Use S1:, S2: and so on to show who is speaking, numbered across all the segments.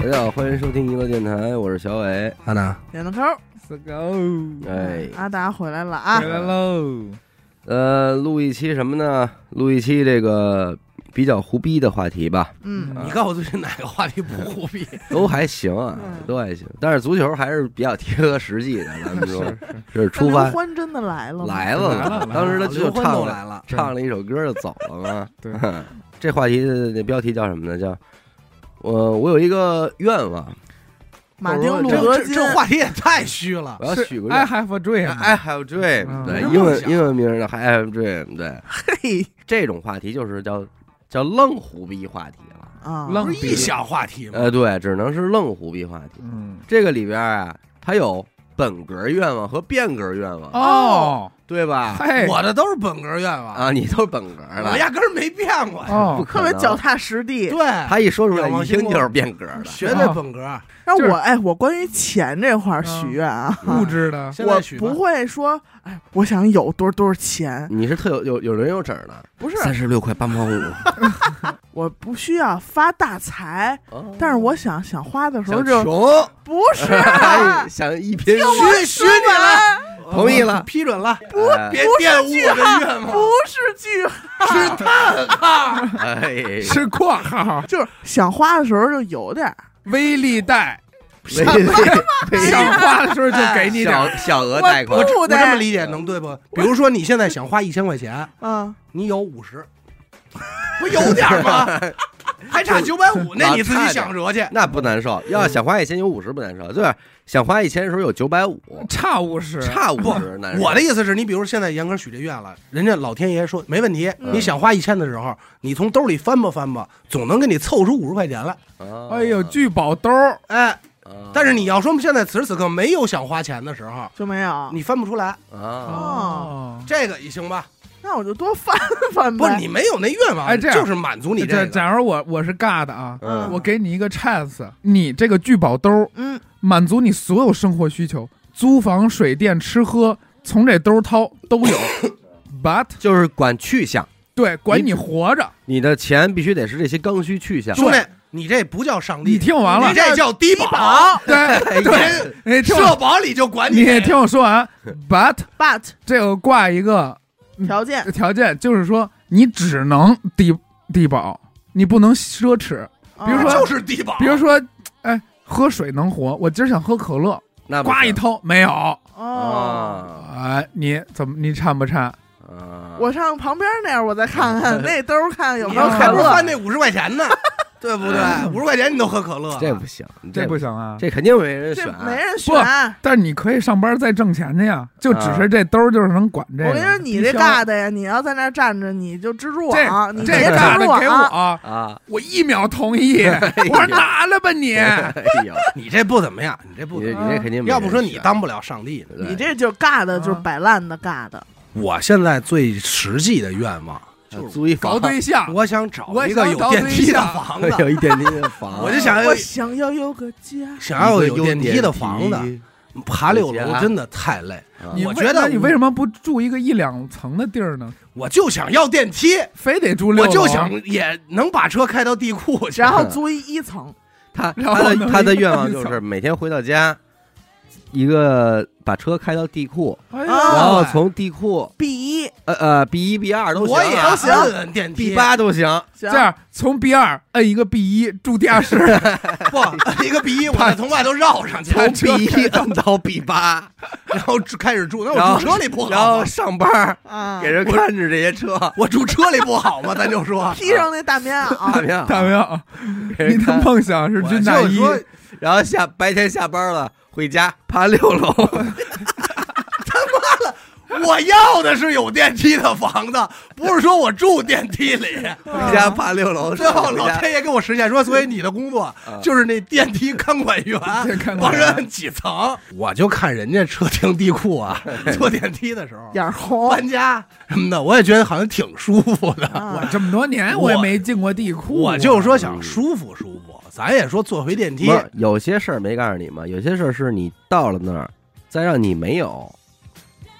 S1: 大家好，欢迎收听娱乐电台，我是小伟。
S2: 安娜，
S3: 点个头，
S4: 四狗，
S1: 哎，
S3: 阿达回来了啊
S4: 回！来喽！
S1: 呃，录一期什么呢？录一期这个比较胡逼的话题吧，
S3: 嗯，
S4: 啊
S2: 你告诉我最近哪个话题不忽必？
S1: 都还行啊，
S3: 嗯
S1: 都还行。但是足球还是比较贴合实际的，咱们说，
S4: 是
S1: 这是
S3: 那
S1: 出
S3: 刘
S1: 发
S3: 欢真的来了吗？
S1: 来了
S4: 来了来了
S1: 当时他
S2: 啊刘
S1: 就
S2: 欢
S1: 唱
S2: 都
S1: 了
S2: 来了，
S1: 唱了一首歌就走了嘛。
S4: 对，
S1: 这话题的标题叫什么呢？叫我我有一个愿望，
S3: 马丁路
S2: 这
S3: 德
S2: 这
S3: 金，
S2: 这话题也太虚了
S1: 我。要许个愿。哎
S4: I have a dream，
S1: I have dream，、
S4: 嗯
S1: 对，
S2: 这
S1: 英
S2: 梦
S1: 文
S2: 想
S1: 英文名儿的 I have dream，对，
S3: 嘿
S1: 这种话题就是叫叫愣胡逼话题了。
S3: 啊，
S4: 愣
S2: 不是臆想话题吗？
S1: 呃，对，只能是愣胡逼话题。
S4: 嗯，
S1: 这个里边啊，它有本格愿望和变格愿望，
S4: 哦，
S1: 对吧？
S4: 嘿，
S2: 我的都是本格愿望，
S1: 啊，你都是本格
S2: 我
S1: 的，
S2: 压根儿没变过。
S1: 不
S4: 哦，
S1: 可
S3: 特别
S1: 能
S3: 脚。踏实地。
S2: 对，
S1: 他一说出来，
S2: 仰
S1: 一
S2: 望
S1: 听
S2: 星空
S1: 就是变格的。
S2: 绝对本格。
S3: 让
S4: 就是嗯
S3: 我哎，我关于钱这块儿许愿啊，
S4: 物质的，
S2: 现
S3: 我
S2: 在许吧
S3: 不会说哎，我想有多少多少钱，
S1: 你是特有有有人有整的，
S3: 不是，
S1: 三十六块八毛五。
S3: 我不需要发大财，
S1: 哦
S3: 但是我想想花的时候
S1: 想
S3: 就
S1: 穷，
S3: 不是啊
S1: 哎想一贫如洗
S2: 许许你了，
S1: 同意了
S2: 批准了，
S1: 哎
S2: 别玷污我的愿
S3: 不
S2: 望。
S3: 是句号，
S1: 哎，
S4: 是括号，
S3: 就是想花的时候就有点儿，
S4: 微粒贷，
S1: 微微
S4: 想花的时候就给你点
S1: 小
S4: 儿，
S1: 小额
S3: 我
S1: 贷款，
S3: 不
S2: 我这么
S3: 的，
S2: 理解能对不？比如说你现在想花一千块钱，
S3: 嗯，
S2: 你有五十，不有点儿吗？还差九百五，那你自己想辙去。
S1: 那不难受。
S2: 嗯
S1: 要想花一千有五十不难受，就是想花一千的时候有九百五，
S4: 差五十，
S1: 差五十难受。
S2: 我的意思是你，比如现在严哥许这愿了，人家老天爷说没问题，
S1: 嗯
S2: 你想花一千的时候，你从兜里翻吧翻吧，总能给你凑出五十块钱来。
S1: 啊
S4: 哎呦，聚宝兜儿，
S2: 哎，
S1: 啊
S2: 但是你要说现在此时此刻没有想花钱的时候，
S3: 就没有，
S2: 你翻不出来，
S1: 啊，
S3: 哦，
S2: 这个也行吧？
S3: 那我就多翻翻
S2: 不
S3: 呗。
S2: 是你没有那愿望，
S4: 哎这样
S2: 就是满足你
S4: 这
S2: 个。
S4: 假如我我是尬的啊，
S1: 嗯
S4: 我给你一个 chance，你这个聚宝兜儿
S3: 嗯，
S4: 满足你所有生活需求，租房、水电、吃喝，从这兜儿掏都有。But
S1: 就是管去向，
S4: 对，管你活着，
S1: 你的钱必须得是这些刚需去向。
S2: 兄弟，你这不叫上帝，
S4: 你听完了
S2: 你，这叫低保，
S4: 对对，
S2: 对，
S4: 你听
S2: 社
S4: 我，
S2: 保里就管
S4: 你听我说完。But
S3: but
S4: 这个挂一个嗯
S3: 条件
S4: 条件，就是说你只能低低保，你不能奢侈。
S3: 啊，
S4: 比如说
S2: 就是低保，
S4: 比如说，哎，喝水能活，我今儿想喝可乐，
S1: 那不
S4: 呱
S1: 行
S4: 一掏没有，
S3: 哦，
S1: 啊
S4: 哎，你怎么你差不差？
S1: 啊！
S3: 我上旁边那儿，我再看看 那兜儿看有
S2: 你
S3: 没有
S2: 要
S3: 可
S2: 还不
S3: 乐
S2: 翻。那五十块钱呢，对不对？五十块钱你都喝可乐，
S1: 这不行，
S4: 这不
S1: 不
S4: 行啊！
S1: 这肯定没人选啊
S3: 这。没人选
S4: 不。但是你可以上班再挣钱去
S2: 啊
S4: 呀，就只是这兜儿就是能管这个。
S3: 我跟你说，你这尬的呀，你要在那儿站着，你就蜘蛛网，你
S4: 这
S3: 别
S4: 个
S3: 蜘
S4: 大的
S3: 蛛
S4: 给
S3: 网。
S4: 我，
S1: 啊！
S4: 我一秒同 意。
S2: 哎
S4: 我说拿了吧你，
S1: 哎呦，
S2: 你这不怎么样，你这不
S1: 你
S2: 怎么
S1: 这
S2: 样
S1: 你这肯定没人选
S2: 要不说你当不了上帝呢。
S1: 对
S3: 你这就尬的，
S4: 嗯
S3: 就是摆烂的尬的。
S2: 我现在最实际的愿望就是，
S1: 租一房，
S4: 搞，对象，
S2: 我想找
S4: 我
S2: 一个
S4: 想
S2: 有
S4: 找
S2: 电
S4: 对
S2: 梯的
S4: 象
S2: 房 子
S1: 有一电梯的房，
S2: 我就想要
S3: 我想要有个家。
S4: 嗯
S2: 想要
S1: 一个
S2: 有电梯的房子，
S1: 梯
S2: 爬六
S1: 回家
S2: 楼真的太累。
S1: 啊
S4: 你
S2: 我
S4: 为
S2: 觉得
S4: 那你
S2: 我
S4: 为什么不住一个一两层的地儿呢？
S2: 我就想要电梯，
S4: 非得住六
S2: 我
S4: 楼？
S2: 就想也能把车开到地库去。
S3: 然后租一一层，
S1: 他
S4: 然后
S1: 他的
S4: 能
S1: 他的
S4: 一
S1: 愿望
S4: 一
S1: 就是
S4: 层
S1: 每天回到家，一个把车开到地库，
S4: 哎
S2: 哦
S3: 啊
S4: 呀，
S1: 然后从地库
S3: B 一
S1: 呃呃 B 一 B 二都行
S2: 我也
S1: 啊，
S3: 都行
S2: 摁摁电梯
S1: ，B 八都行，
S3: 行
S4: 这样从 B 二摁一个 B 一住地下 室，
S2: 不摁一个 B 一，我再从外头绕上去，
S1: 从 B 一摁到 B 八，
S2: 然后开始住。那
S1: 然
S2: 哎我
S1: 后
S2: 住车里不
S1: 然
S2: 好
S1: 后
S2: 吗？
S1: 上班儿
S3: 啊
S1: 给，人看着这些车，
S2: 我住车里不好吗？咱就
S4: 啊
S2: 说，
S3: 披上那大棉
S1: 大
S3: 袄，
S1: 明 啊
S4: 大明，
S1: 给
S4: 你
S1: 人
S4: 的
S1: 看，啊
S4: 梦想是
S2: 我
S4: 军大
S2: 就
S4: 衣，
S2: 说
S1: 然后下白天下班了回家爬六楼，
S2: 啊我要的是有电梯的房子，不是说我住电梯 里。
S1: 回家爬六楼，
S2: 最后
S1: 回
S2: 老
S1: 家
S2: 天爷给我实现说，所以你的工作
S1: 啊
S2: 就是那电梯看管员
S4: 电看管员
S2: 帮人摁几层。我就看人家车停地库啊， 坐电梯的时候
S3: 眼红。
S2: 搬家什么的，我也觉得好像挺舒服的。
S3: 啊
S4: 我这么多年我也没进过地库啊，
S2: 我就说想舒服舒服，咱也说坐回电梯
S1: 不，是有些事儿没告诉你吗？有些事儿是你到了那儿，再让你没有，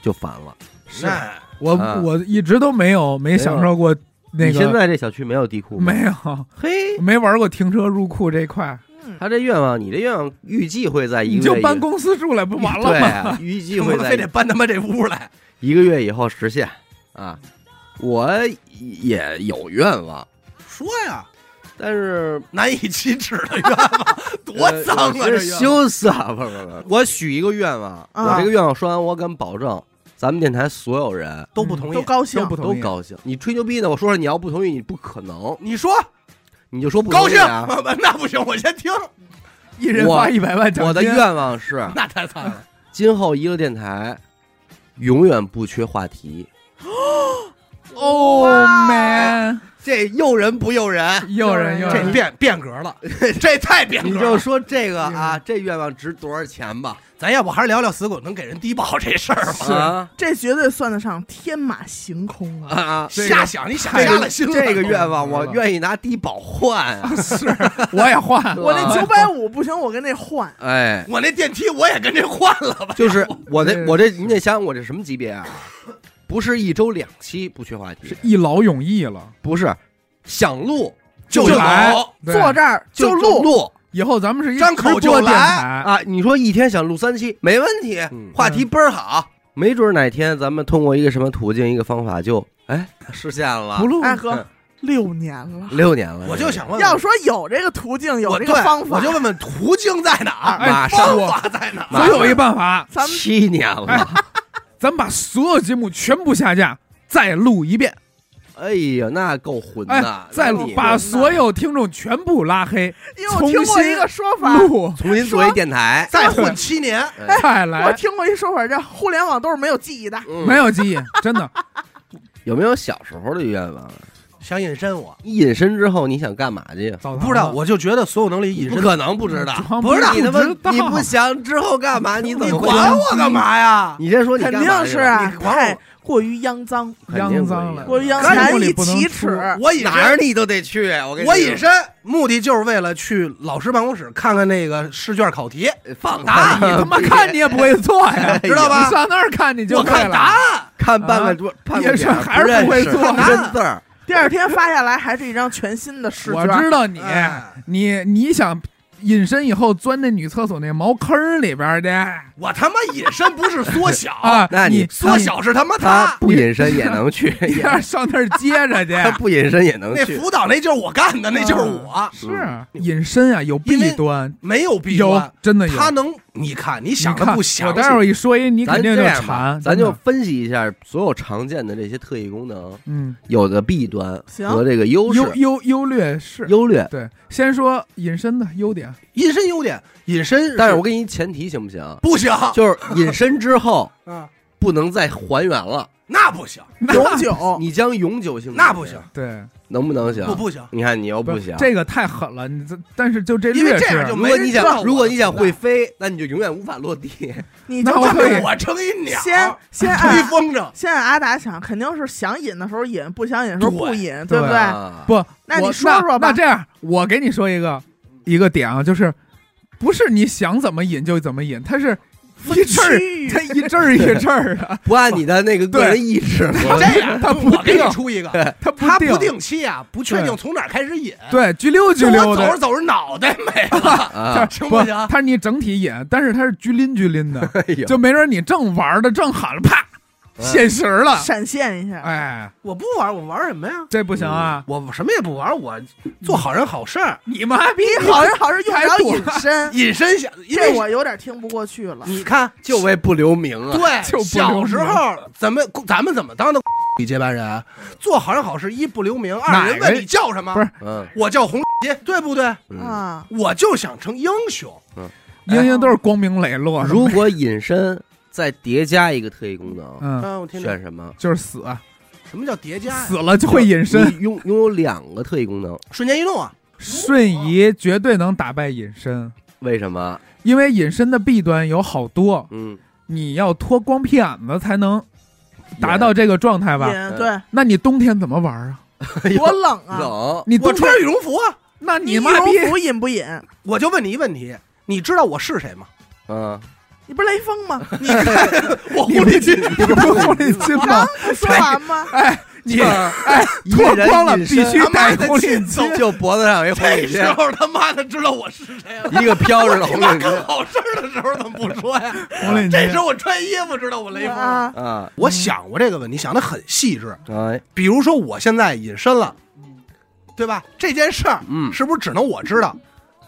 S1: 就烦了。
S4: 是
S2: 那
S4: 我
S1: 啊
S4: 我一直都没有没享受过那
S1: 你现
S4: 个，
S1: 在这小区没有地库吗？
S4: 没有
S1: 嘿，
S4: 没玩过停车入库这块，
S3: 嗯
S1: 他这愿望，你这愿望预计会在一
S4: 你
S1: 个月
S4: 就
S1: 以
S4: 搬公司住来不完了
S1: 对
S4: 吗？
S1: 啊，预计
S2: 我
S1: 会
S2: 非得
S1: 在
S2: 搬他妈这屋来。
S1: 一个月以后实现啊。我也有愿望，
S2: 说呀，
S1: 但是
S2: 难以启齿的愿望，多
S1: 呃
S2: 脏啊！
S1: 是
S2: 这愿望
S1: 羞涩，不是不是，我许一个愿望，
S3: 啊
S1: 我这个愿望说完，我敢保证，咱们电台所有人
S2: 都不同
S3: 都
S2: 意。
S3: 高兴
S4: 都，不
S1: 都
S4: 同意。
S1: 高兴。你吹牛逼呢？我说说，你要不同意，你不可能，
S2: 你说
S1: 你就说不
S2: 高
S1: 同意
S2: 兴，
S1: 啊。
S2: 那不行，我先听。
S4: 一人发一百万奖 金。
S1: 我的愿望是，
S2: 那太惨了，
S1: 今后一个电台永远不缺话题。
S4: ，Oh man，
S1: 这诱人不诱人？
S4: 诱人诱
S2: 这
S4: 人。
S2: 变变格了，嗯 这太 变
S1: 你
S2: 格
S1: 就
S2: 了。
S1: 说这个啊，这愿望值多少钱吧？
S2: 咱要不还是聊聊死狗能给人低保这事儿吧？
S1: 啊
S3: 这绝对算得上天马行空
S1: 啊
S3: 啊！
S1: 啊！
S4: 这个
S2: 瞎想，你想
S1: 这
S2: 瞎了
S1: 个
S2: 心了。
S1: 这个愿望，我愿意拿低保换啊！
S4: 我也换，
S1: 对
S3: 我那
S1: 啊
S3: 九百五不行，我跟那换，
S1: 哎，
S2: 我那电梯我也跟这换了吧？
S1: 就是我
S4: 这
S1: 这我这，你得想想我这什么级别啊？不是一周两期不缺话题
S4: 是，一劳永逸了。
S1: 不是想录
S2: 就
S1: 有
S2: 来
S4: 对
S3: 坐这儿
S1: 就
S3: 录，
S1: 录
S4: 以后咱们是一
S2: 张口
S4: 直播
S2: 就来
S4: 电台，
S1: 啊！你说一天想录三期没问题
S2: 嗯，
S1: 话题倍儿好。没准哪天咱们通过一个什么途径、一个方法就哎实现了
S4: 不，录
S3: 哎哥
S1: 嗯，
S3: 六年了，
S1: 六年了。
S2: 我就想问，
S3: 要说有这个途径，有
S2: 我
S3: 这个
S2: 对
S3: 方法，
S2: 我就问问途径在哪儿，
S1: 哎马
S4: 上
S2: 方法在哪儿？
S4: 我有一办 法，哎
S3: 咱们
S1: 七年了，
S4: 咱们把所有节目全部下架，再录一遍，
S1: 哎呀，那够混
S4: 哎
S1: 的，！
S4: 再
S1: 那你
S4: 把所有听众全部拉黑，
S3: 因为我听
S4: 重
S3: 过
S4: 新
S3: 一个说法，
S4: 录
S1: 重新作为电台，
S2: 再混七 年，
S4: 再
S3: 我
S4: 来，
S3: 听过一说法叫“互联网都是没有记忆的
S1: 嗯
S4: 没有记忆，真的。
S1: 有没有小时候的愿望啊？
S2: 想隐身我
S1: 一隐身之后你想干嘛去呀？啊
S4: 澡堂子
S2: 不知道，我就觉得所有能力隐
S1: 不
S2: 身，
S1: 可能不知道，
S4: 装
S1: 不
S4: 不
S1: 知道
S4: 知
S1: 你他妈
S4: 道
S1: 你不想之后干嘛？你怎
S2: 你
S1: 么会
S2: 管我干嘛呀？
S1: 你先”，说你
S3: 肯
S1: 干嘛
S3: 定
S1: 去了
S3: 是啊，
S2: 你管我
S3: 太过于肮脏，
S1: 肯定
S4: 肮
S1: 不一
S4: 脏
S1: 样
S4: 了，
S3: 过于肮
S2: 干
S3: 脏，
S4: 屋
S3: 一
S4: 里不能
S3: 奇
S4: 出
S3: 耻。
S2: 我隐
S1: 哪儿
S2: 身，
S1: 你都得去。我跟你
S2: 我
S1: 说
S2: 隐身，目的就是为了去老师办公室看看那个试卷考题，
S1: 放
S2: 答
S4: 啊你他妈看你也不会做呀，
S1: 哎
S2: 知道吧
S4: 你上那儿看你就
S2: 我
S4: 会
S2: 看
S4: 了。
S2: 答案，啊
S1: 看半个多，半个点
S4: 也是
S1: 儿
S4: 还是不会
S1: 认识
S4: 做
S1: 一个字儿。
S3: 第二天发下来还是一张全新的试
S4: 我
S3: 卷，
S4: 知道你
S2: 哎，
S4: 你你想隐身以后钻那女厕所那茅坑里边去
S2: 我他妈隐身不是缩小，
S4: 啊？
S1: 那你
S4: 你
S2: 哦 缩小是他妈
S1: 他
S2: 他。
S1: 不隐身也能 去，
S4: 你要是上那儿接着去，
S1: 他 不隐身也能
S2: 那
S1: 去。
S2: 辅导那就是我干的，那就是我，
S4: 是隐身啊，有弊端，
S2: 没有弊
S4: 有
S2: 端。
S4: 真的有。
S2: 啊他能，你看，你
S4: 你
S2: 想的
S4: 看
S2: 不详
S4: 我
S2: 细
S4: 待会儿一说一，你
S1: 咱
S4: 肯定
S1: 这
S4: 就
S1: 样吧
S4: 馋，，
S1: 咱
S4: 真
S1: 就
S4: 的
S1: 分析一下所有常见的这些特异功能，
S4: 嗯，
S1: 有的弊端
S3: 行
S1: 和这个优势、
S4: 优优优劣势。
S1: 优劣。
S4: 对，先说隐身的优点，
S2: 隐身优点，隐身，
S1: 但是我给你一前提行不行？
S2: 不行，
S1: 就是隐身之后
S2: 嗯，
S1: 不能再还原了，
S2: 那不行，
S3: 永久。
S1: 你将永久性
S2: 那不行，，
S4: 对，
S1: 能不能行？
S2: 不不行，
S1: 你看你又不行。
S4: 这个太狠了。你这但是就这
S2: 因为
S4: 劣
S2: 这样
S4: 势
S2: 就，
S1: 如果你
S2: 没人知道我
S1: 想，如果你想会飞，那你就永远无法落地。
S3: 你就
S4: 那我
S3: 这
S4: 可以
S3: 么
S2: 我成一鸟，
S3: 先先
S2: 吹
S3: 按
S2: 风筝，
S3: 先按阿达想，肯定是想引的时候引，不想引的时候不引，对不
S4: 对
S3: 对？
S1: 啊
S4: 不，
S3: 那你
S4: 我
S3: 说说吧
S4: 那这样，我给你说一个一个点啊，就是不是你想怎么引就怎么引，它是一阵儿，
S3: 区域
S4: 它一阵儿一阵儿的，
S1: 不按你的那个个人意志，
S2: 这样，
S4: 它不
S2: 我给
S4: 定
S2: 你出一个，
S4: 它不
S2: 他
S4: 定，
S2: 不定期啊，不确定
S4: 对
S2: 从哪儿开始引，
S4: 对，拘溜
S2: 就
S4: 拘
S2: 我
S4: 溜
S2: 走着
S4: 的。
S2: 走着脑袋没了，
S1: 啊，
S2: 行
S4: 不
S2: 不行，？
S4: 它是你整体引，但是它是拘拎拘拎 的，
S1: 哎呦，
S4: 就没准你正玩的正喊了，啪，
S1: 嗯
S4: 现实了，
S3: 闪现一下，
S4: 哎，
S2: 我不玩，我玩什么呀？
S4: 这不行啊！
S2: 我什么也不玩，我做好人好事儿，
S1: 嗯
S4: 你妈逼
S3: 你好人好人用不
S4: 还
S3: 着
S4: 躲
S3: 隐 身，
S2: 隐身想，因
S3: 这
S2: 为
S3: 我有点听不过去了。
S2: 你看，
S1: 就为不留名啊。
S2: 对，
S4: 就不
S2: 小
S4: 留
S2: 时
S4: 名
S2: 候咱们咱们怎么当的 女接班人？啊做好人好事，一不留名，二
S4: 哪
S2: 人
S4: 个
S2: 问你叫什么，
S4: 不是
S1: 嗯
S2: 我叫红 杰，对不对？
S1: 嗯，
S3: 啊，
S2: 我就想成英雄，
S4: 英英都是光明磊落的，
S1: 如果隐身再叠加一个特异功能，
S4: 嗯，
S2: 嗯，我天哪，
S1: 选什么？
S4: 就是死，啊
S2: 什么叫叠加呀？
S4: 死了就会隐身，
S1: 你拥拥有两个特异功能，
S2: 瞬间移动啊！
S4: 瞬移绝对能打败隐身，
S1: 为什么？
S4: 因为隐身的弊端有好多，
S1: 嗯，
S4: 你要脱光屁眼子才能达到这个状态吧？
S3: 也对，
S4: 那你冬天怎么玩啊？
S1: 哎呦
S3: 多冷啊！
S1: 冷，
S4: 你冬
S2: 我
S4: 天
S2: 穿着羽绒服啊！
S4: 那
S3: 你
S4: 你妈逼
S3: 服引不引？
S2: 我就问你一问题，你知道我是谁吗？
S1: 嗯，
S3: 你不是雷锋吗？
S2: 你看我狐
S4: 你不
S2: 狸精，
S4: 你不狐狸精吗？
S3: 不说完吗？
S4: 哎，
S2: 你
S4: 哎，
S1: 啊一
S4: 脱
S1: 人
S4: 光了
S1: 一
S4: 必
S1: 身
S4: 须
S2: 他妈
S4: 戴
S2: 的
S4: 红领巾。
S2: 亲揍！
S1: 就脖子上有一红
S2: 这
S1: 领
S2: 时
S1: 巾，
S2: 候他妈的知道我是谁了。
S1: 一个飘着的红领
S2: 那
S1: 巾
S2: 干好事儿的时候怎么不说呀？
S4: 红领巾
S2: 这时候我穿衣服知道我雷锋了。
S3: 啊，
S1: 啊，
S2: 我想过这个问题，想的很细致。
S1: 哎，
S2: 比如说我现在隐身了，对吧？这件事儿
S1: 嗯，
S2: 是不是只能我知道？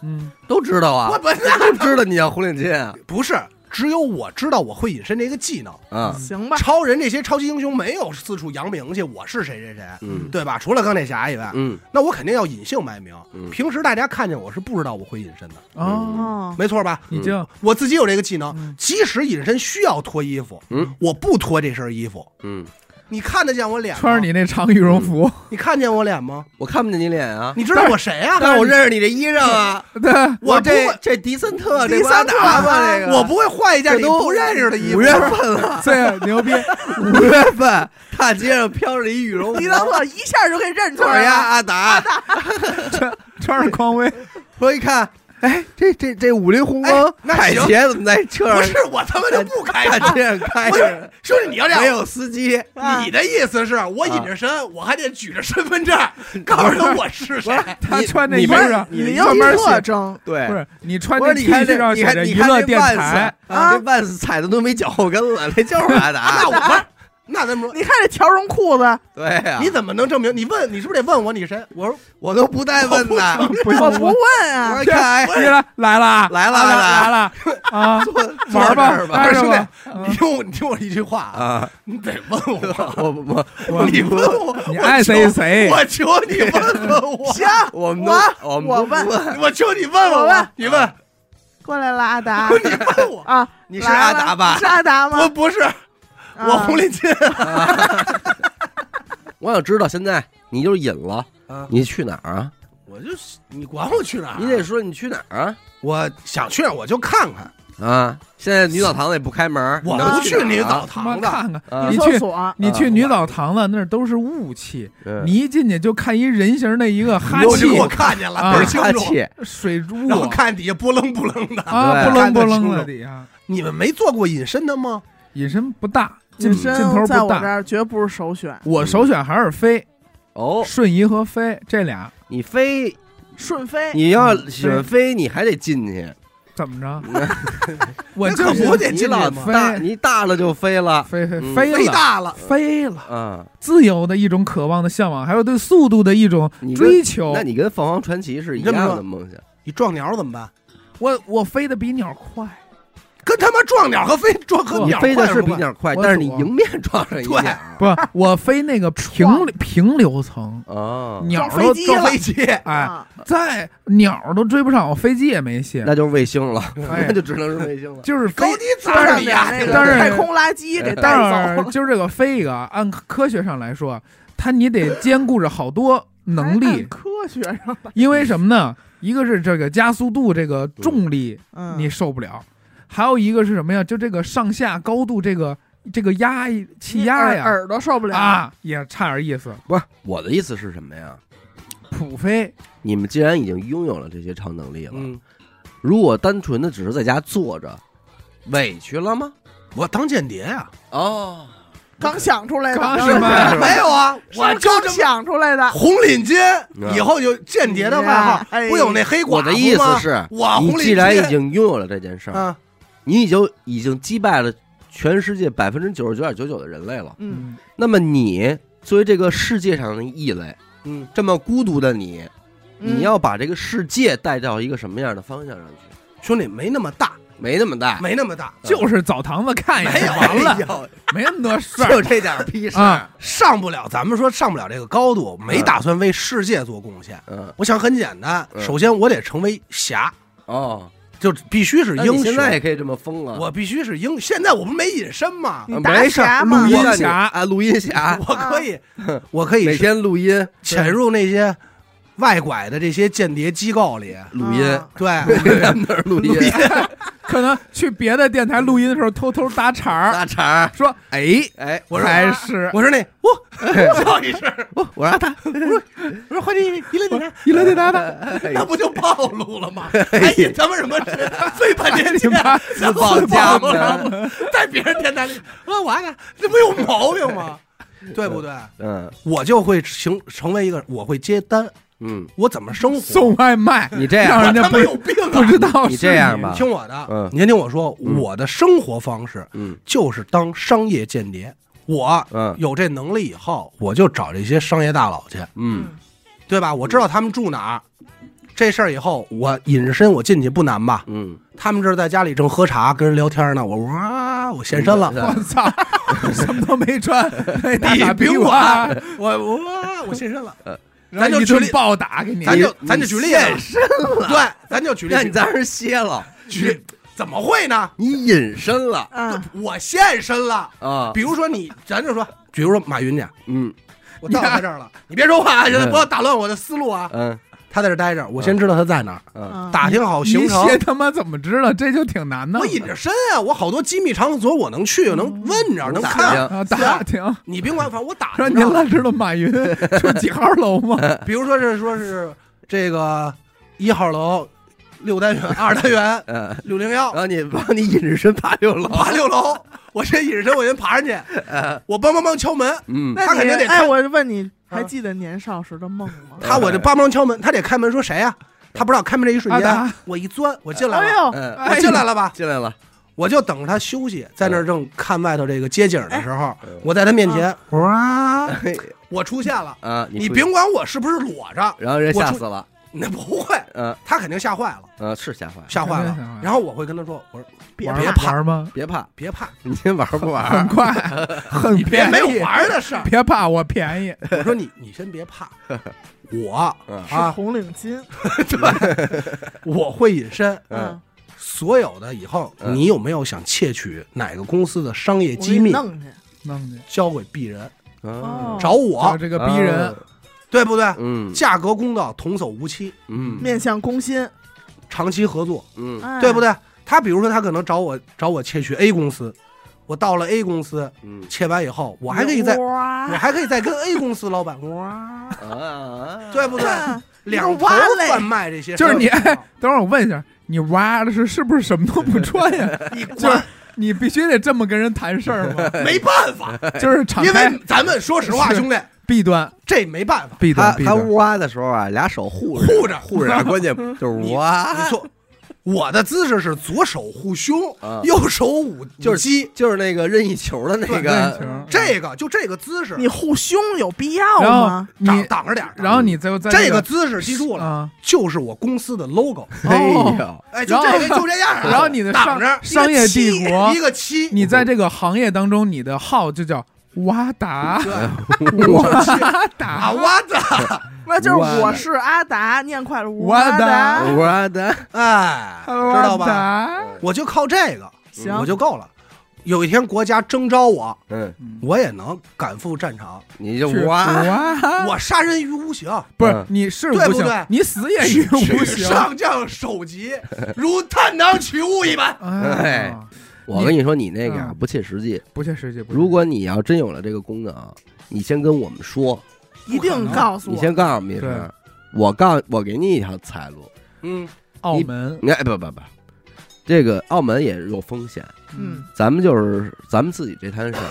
S4: 嗯，
S1: 都知道
S2: 我
S1: 啊，
S2: 本来
S1: 都知道你要红领巾啊，
S2: 不是，只有我知道我会隐身这个技能。
S1: 啊，
S3: 行 吧，
S2: 超人这些超级英雄没有四处扬名去，我是谁谁谁，
S1: 嗯
S2: 对吧？除了钢铁侠以外，
S1: 嗯，
S2: 那我肯定要隐姓埋名。
S1: 嗯
S2: 平时大家看见我是不知道我会隐身的，
S4: 哦，
S3: 哦，
S2: 没错吧？
S4: 已经
S2: 我自己有这个技能
S4: 嗯，
S2: 即使隐身需要脱衣服，
S1: 嗯
S2: 我不脱这身衣服，
S1: 嗯，
S2: 你看得见我脸吗？
S4: 穿着你那长羽绒服，
S2: 你看见我脸吗？
S1: 我看不见你脸啊，
S2: 你知道我谁啊？
S1: 但是我认识你这衣裳啊，
S4: 对，
S2: 我不
S1: 这
S2: 会
S1: 这迪森特，
S2: 迪三特
S1: 打吧，啊这个
S2: 啊我不会换一件
S1: 这
S2: 你
S1: 都
S2: 不认识的衣服。
S1: 五月份了，
S4: 最牛逼，
S1: 五月份，大街上飘着一羽绒服，
S3: 迪当特一下就可以认出
S1: 腿呀，
S3: 来了，
S1: 阿达，
S4: 穿着匡威，
S1: 我一看，哎，这这这五菱宏
S2: 哎
S1: 光
S2: 那
S1: 凯
S2: 行
S1: 捷怎么在车
S2: 不
S1: 上？
S2: 是我他妈就不开
S1: 大
S2: 车。
S1: 街上开
S2: 不
S1: 着
S2: 是，，兄弟，你要这
S1: 没
S2: 样。
S1: 有司机，
S3: 啊
S2: 你的意思是我隐着身，我还得举着身 份证告诉他我是谁？
S4: 他穿那
S1: 你
S4: 衣
S1: 不
S4: 裳
S1: 是
S4: 上
S1: 你的
S3: 你
S1: 衣
S3: 又
S4: 上面
S3: 特
S4: 写
S3: 征，
S1: 对
S4: 不是你穿
S1: 不
S4: 那
S1: 是
S4: T
S1: 你看
S4: 恤
S1: 这，
S4: 上
S1: 你
S4: 写
S1: 看
S4: 着
S1: 你
S4: 娱
S1: 看
S4: 乐
S1: 这
S4: 电
S1: Vans
S4: 台，，啊
S1: 这 Vans 踩的都没脚后跟了，那就是阿
S2: 那
S1: 达。
S2: 我 不是，那咱们
S3: 你看这条绒裤子，
S1: 对呀，
S2: 你怎么能证明？你问你是不是得问我你谁？我说
S1: 我都不带问的。
S4: 不用
S3: 我
S2: 哦
S3: 不问
S1: 我
S3: 啊，
S1: 说
S2: 哎
S1: 看，哎
S4: 来了来了啊
S1: 来了
S4: 来了啊！玩
S1: 坐这
S4: 吧
S1: 儿，吧嗯
S4: 待
S2: 不是
S4: 着
S2: 兄
S4: 吧，
S2: 弟，你听我你听我一句话啊，
S1: 啊，
S2: 你得问我，
S1: 我 我
S4: 我
S2: 你问我，
S4: 你爱谁谁
S2: 我求你问问 我，
S3: 行，
S1: 我们都
S3: 我
S1: 我们都
S3: 我
S1: 不问，
S2: 我求你问
S3: 我
S2: 我
S3: 问，
S2: 你问
S3: 过来了，阿 达
S2: 你问我，
S3: 啊，
S1: 你是
S3: 来
S1: 阿
S3: 了
S1: 达吧
S3: 你是阿达吗
S2: 我？不是我
S3: 啊
S2: 红领巾，
S1: 我想知道现在你就是隐了
S2: 啊，
S1: 你去哪儿啊？
S2: 我就是你管我去哪儿啊？
S1: 你得说你去哪儿啊？
S2: 我想去哪儿我就看看，
S1: 啊，现在女澡堂子也不开门，
S2: 我
S1: 能
S2: 不去
S1: 哪
S2: 你
S1: 儿啊
S2: 澡
S4: 他妈
S2: 堂子，
S4: 看看
S1: 啊
S4: 你
S3: 女
S4: 去
S3: 厕所，
S4: 你
S2: 嗯
S4: 去女澡堂子那儿都是雾气，
S1: 嗯
S4: 你一进去就看一人形的一个哈
S2: 又
S4: 气
S2: 就给我看见了，
S4: 啊
S2: 倍儿
S1: 不
S2: 清
S1: 是哈
S2: 楚，
S1: 气，
S4: 水珠
S2: 让我看底下波楞波楞的。
S4: 啊，
S1: 对
S4: 不楞
S2: 看得
S4: 不楞
S2: 清楚
S4: 的底下，
S2: 你们没做过隐身的吗？
S4: 隐身不大，进
S3: 隐
S4: 进头
S3: 身在
S4: 不
S3: 我这
S4: 大。
S3: 儿绝不是首选，
S4: 我首选还是飞，
S1: 哦，
S4: 瞬移和飞这俩
S1: 你飞，
S3: 顺飞
S1: 你要喜欢飞，你还得进去。
S4: 怎 么着
S1: 那？
S4: 我
S2: 那
S4: 就
S2: 可
S4: 是
S2: 不得
S1: 你
S2: 进
S1: 老
S2: 去吗
S1: 大，
S4: 飞
S1: 你大了就飞了，
S4: 飞飞
S1: 嗯
S4: 飞
S2: 飞
S4: 了，
S2: 大了，
S4: 飞了，
S1: 嗯，
S4: 自由的一种渴望的向往，还有对速度的一种
S1: 你跟
S4: 追求。
S1: 那你跟凤凰传奇是一样的梦想。
S2: 你撞鸟怎么办？
S4: 我我飞得比鸟快，
S2: 跟他妈撞鸟和飞撞和
S1: 你
S2: 鸟
S1: 飞的
S2: 快
S1: 是
S2: 什么
S1: 比
S2: 快
S1: 鸟快，
S4: 我
S1: 但是你
S4: 懂
S1: 迎面撞上一
S2: 对
S1: 鸟。
S4: 不，我飞那个平流平流层，
S1: 哦，
S4: 鸟
S3: 撞飞
S4: 都
S3: 机
S2: 撞
S3: 了
S2: 飞机，
S4: 哎，
S3: 啊，
S4: 在鸟都追不上我，飞机也没戏。
S1: 那就是卫星了，
S4: 哎
S1: 那就只能是卫星了。
S4: 就是飞
S2: 高低
S3: 搭
S2: 咋
S3: 上
S2: 比
S3: 点
S2: 呀？
S3: 那个
S4: 当然
S3: 太空垃圾给带
S4: 但
S3: 走
S4: 是
S3: 了，
S4: 今儿这个飞一个啊，按科学上来说，它你得兼顾着好多能
S3: 还按
S4: 力，
S3: 科学上的，
S4: 因为什么呢？一个是这个加速度，这个重力
S3: 嗯，
S4: 你受不了，还有一个是什么呀？就这个上下高度，这个这个压抑气
S3: 你
S4: 压
S3: 耳
S4: 呀
S3: 耳朵受不了，
S4: 啊，也差点意思。
S1: 不是我的意思是什么呀？
S4: 普飞
S1: 你们既然已经拥有了这些超能力了，
S2: 嗯，
S1: 如果单纯的只是在家坐着，委屈了吗？
S2: 我当间谍呀？
S1: 哦，
S3: 刚想出来的，
S4: 刚
S3: 是
S4: 是吗
S1: 是吧
S2: 没有啊，我
S3: 刚
S2: 就这么
S3: 想出来的，
S2: 红领
S1: 嗯
S2: 巾，以后有间谍的外号
S3: 呀，哎
S2: 不有那黑寡妇吗
S1: 我的意思，是，
S2: 我红
S1: 你
S2: 领
S1: 既然已
S2: 巾
S1: 经拥有了这件事儿，
S2: 啊，
S1: 你已经已经击败了全世界百分之九十九点九九的人类了。
S3: 嗯，
S1: 那么你作为这个世界上的异类，
S2: 嗯，
S1: 这么孤独的你，
S3: 嗯
S1: 你要把这个世界带到一个什么样的方向上去？
S2: 兄弟没那么大，
S1: 没那么大，
S2: 没那么
S1: 啊
S2: 大，
S4: 就是澡堂子看一
S1: 哎
S2: 没
S4: 眼
S2: 有哎
S4: 完了，
S2: 了，
S4: 没那么多事
S1: 就
S4: 儿
S1: 这点屁事儿。
S4: 啊。
S2: 上不了，咱们说上不了这个高度，没打算为世界做贡献。
S1: 嗯，
S2: 我想很简单，
S1: 嗯
S2: 首先我得成为侠，
S1: 哦，
S2: 就必须是
S1: 那
S2: 英
S1: 你
S2: 雄。
S1: 现在也可以啊这么疯了。
S2: 我必须是英，现在我不没隐身吗？
S3: 你
S1: 啊
S3: 打
S1: 没事儿，
S3: 侠
S1: 录
S3: 嘛
S1: 音
S4: 我
S1: 让你
S4: 侠
S1: 啊，录音侠，
S2: 我可 以，我可
S1: 每
S2: 以
S1: 天录音
S2: 潜入那些外拐的这些间谍机构里，
S1: 录音，
S3: 啊
S2: 对，
S1: 跟 他们那儿录音
S2: 录音
S4: 可能去别的电台录音的时候偷偷搭茬儿，
S1: 大肠儿，
S4: 说
S1: 哎哎，
S2: 我说啊
S4: 还是
S2: 我说那我叫一声，
S1: 我我让他
S2: 我说欢迎一来点，
S4: 一来得搭的，
S1: 哎
S2: 那不就暴露了吗？ 哎呀，他们什么人非半天
S4: 你妈
S2: 家自
S1: 报家门
S2: 在别人电台里，我我爱他，这不有毛病吗？ 对不对？
S1: 嗯
S2: 我就会成成为一个，我会接单，
S1: 嗯，
S2: 我怎么生活？啊
S4: 送外卖，
S1: 你这样
S4: 让
S2: 我
S4: 人家
S2: 他
S4: 不
S2: 妈有病
S4: 不
S2: 啊！
S4: 知道是
S1: 你这样吧
S2: 你听我的，
S1: 嗯
S2: 你先听我说，
S1: 嗯
S2: 我的生活方式
S1: 嗯
S2: 就是当商业间谍。我
S1: 嗯
S2: 有这能力以后，我就找这些商业大佬去，
S1: 嗯，
S2: 对吧？我知道他们住哪儿，这事儿以后我隐身我进去不难吧？
S1: 嗯，
S2: 他们这儿在家里正喝茶跟人聊天呢，我哇我现身了，
S4: 我操，什么都没穿，那大
S2: 你
S4: 傻逼
S2: 甭
S4: 我啊，
S2: 管， 我我哇我现身了，
S4: 然
S2: 咱
S4: 后
S2: 就
S4: 一
S2: 举
S4: 顿
S2: 例，
S4: 暴打给嗯你，
S2: 咱就
S1: 你
S2: 咱就举例
S1: 现
S2: 身了，对，咱就举例，
S1: 那你当时歇了，
S2: 举怎么会呢？
S1: 你隐身了
S3: 嗯，
S2: 我现身了，
S1: 啊，
S2: 比如说你，咱就说，比如说马云去，
S1: 嗯
S2: 我到他这儿了，你别说话，啊，现在
S1: 嗯
S2: 不要打乱我的思路啊，
S1: 嗯
S2: 他在这儿待着，我先知道他在哪儿，
S1: 嗯
S3: 嗯
S2: 打听好行
S4: 你
S2: 程。
S4: 写他妈怎么知道？这就挺难的。
S2: 我隐着身啊，我好多机密场所我能去，能问着，能
S1: 打
S2: 看
S1: 听。
S4: 啊，打听
S2: 你甭管，反正我打
S4: 说
S2: 听
S4: 您
S2: 着
S4: 了
S2: 了。
S4: 知道马 云住几号楼 吗？
S2: 比如说是说是这个一号楼六单元、二单元
S1: 嗯，
S2: 六零幺
S1: 然后你帮你隐身爬六楼，
S2: 爬六楼，我先隐身，我先爬上去，我梆梆梆敲门，
S1: 嗯
S3: 那
S2: 他肯
S3: 你
S2: 定得
S3: 哎，
S2: 看
S3: 我就问你，还
S2: 啊
S3: 记得年少时的梦吗？
S2: 他我这梆梆敲门，他得开门说谁呀、他不知道开门这一瞬
S4: 阿
S2: 间
S4: 达，
S2: 我一钻，我进来
S3: 哎
S2: 了，
S3: 呦，
S1: 嗯，
S2: 我进来了吧？
S1: 进来了，
S2: 我就等着他休息，在那儿正看外头这个街景的时候，我在他面前，哇，我出现了。
S1: 啊，
S2: 你
S1: 出去，
S2: 甭管我是不是裸着，
S1: 然后人
S2: 我
S1: 吓
S2: 出
S1: 死了，
S2: 那不会，
S1: 嗯
S2: 他肯定吓坏了，
S1: 嗯，是吓坏了，
S2: 吓坏
S4: 肯定吓坏
S2: 了
S4: 了。
S2: 然后我会跟他说，我说
S3: 别
S4: 玩
S2: 别
S3: 怕，
S2: 怕
S4: 玩吗？
S1: 别怕，
S2: 别怕，
S1: 你先玩不
S4: 很
S1: 玩？
S4: 快，很
S2: 你别
S4: 便
S2: 没有
S4: 宜
S2: 玩的事儿。
S4: 别怕，我便宜。
S2: 我说你你先别怕，我
S1: 嗯
S3: 是
S2: 啊，
S3: 红领巾。
S2: 我会隐身。
S1: 嗯
S3: 嗯，
S2: 所有的以后，
S1: 嗯
S2: 你有没有想窃取哪个公司的商业
S3: 我
S2: 机
S3: 给你
S2: 密，
S3: 弄去。
S4: 弄去
S2: 交给鄙人，
S1: 啊
S3: 哦
S2: 找
S4: 找
S2: 我，
S4: 这个逼人，，
S2: 对不对？
S1: 嗯
S2: 价格公道，童叟无欺，
S1: 嗯
S3: 面向攻心，
S2: 长期合作，
S1: 嗯
S3: 哎
S2: 对不？对？他比如说，他可能找我找我窃取 A 公司，我到了 A 公司
S1: 嗯
S2: 窃完以后，我还可以再
S3: 哇
S2: 我还可以再跟 A 公司老板哇，
S1: 啊，
S2: 对不对？两头贩卖这些，
S4: 就是你等会儿我问一下，你挖的是是不是什么都 不穿呀？
S2: 你滚
S4: 就是你必须得这么跟人谈事儿吗？
S2: 没办法，
S4: 就是敞
S2: 因
S4: 开
S2: 为咱们说实话，
S4: 是
S2: 兄弟，
S4: 弊端，
S2: 这没办法。
S4: 弊
S1: 他
S4: 端，弊
S1: 他
S4: 端。
S1: 哇的时候啊，俩手护着
S2: 护着
S1: 护着，关键就是
S2: 你
S1: 哇，
S2: 错，我的姿势是左手护胸
S1: 啊，
S2: 右手捂
S1: 就是
S2: 鸡，
S1: 就是那个任意球的那
S4: 任
S1: 个，
S4: 情
S2: 这个就这个姿势，
S3: 你护胸有必要
S4: 然后
S3: 吗？
S4: 你，
S2: 挡挡着点儿。
S4: 然后你再在
S2: 这个
S4: 个
S2: 姿势记住了，
S4: 啊，
S2: 就是我公司的 logo。
S1: 哎
S4: 哦
S1: 呦，
S2: 哎，就
S4: 然后
S2: 这个就这样啊。
S4: 然后你的
S2: 挡
S4: 商
S2: 着
S4: 商业帝国
S2: 一，个七，
S4: 你在这个行业当中，你的号就叫哇 达
S2: 对
S4: 哇
S2: 啊，
S4: 达
S2: 我的，
S3: 那就是
S1: 哇
S3: 我是阿达，念快了，
S4: 哇
S3: 阿
S4: 达
S3: 达。
S1: 哦我的，
S2: 哎， 知道
S4: 哇
S2: 吧？
S4: 达
S2: 我就靠这个，
S3: 行
S2: 我就够了。有一天国家征召我，
S1: 嗯，
S2: 我也能赶赴战场。
S1: 你就是哇，
S4: 哇，
S2: 我杀人于无 形，
S4: 不
S1: 嗯
S4: 是你是
S2: 对
S4: 无
S2: 不对
S4: 形，你死也是无
S2: 举
S4: 形。
S2: 上将首级，如探囊取物一般。
S1: 哎
S4: 呀，
S1: 我跟你说，你那个啊
S4: 嗯
S1: 不切实际。
S4: 不切实际。不切
S1: 如果你要真有了这个功能，啊你先跟我们说，
S3: 一定告诉
S1: 你
S3: 我，
S1: 先告诉我们一声
S4: 对，
S1: 我告我给你一条财路。
S2: 嗯，
S4: 澳门，
S1: 哎，不不不，这个澳门也有风险，
S3: 嗯，
S1: 咱们就是咱们自己这摊事儿，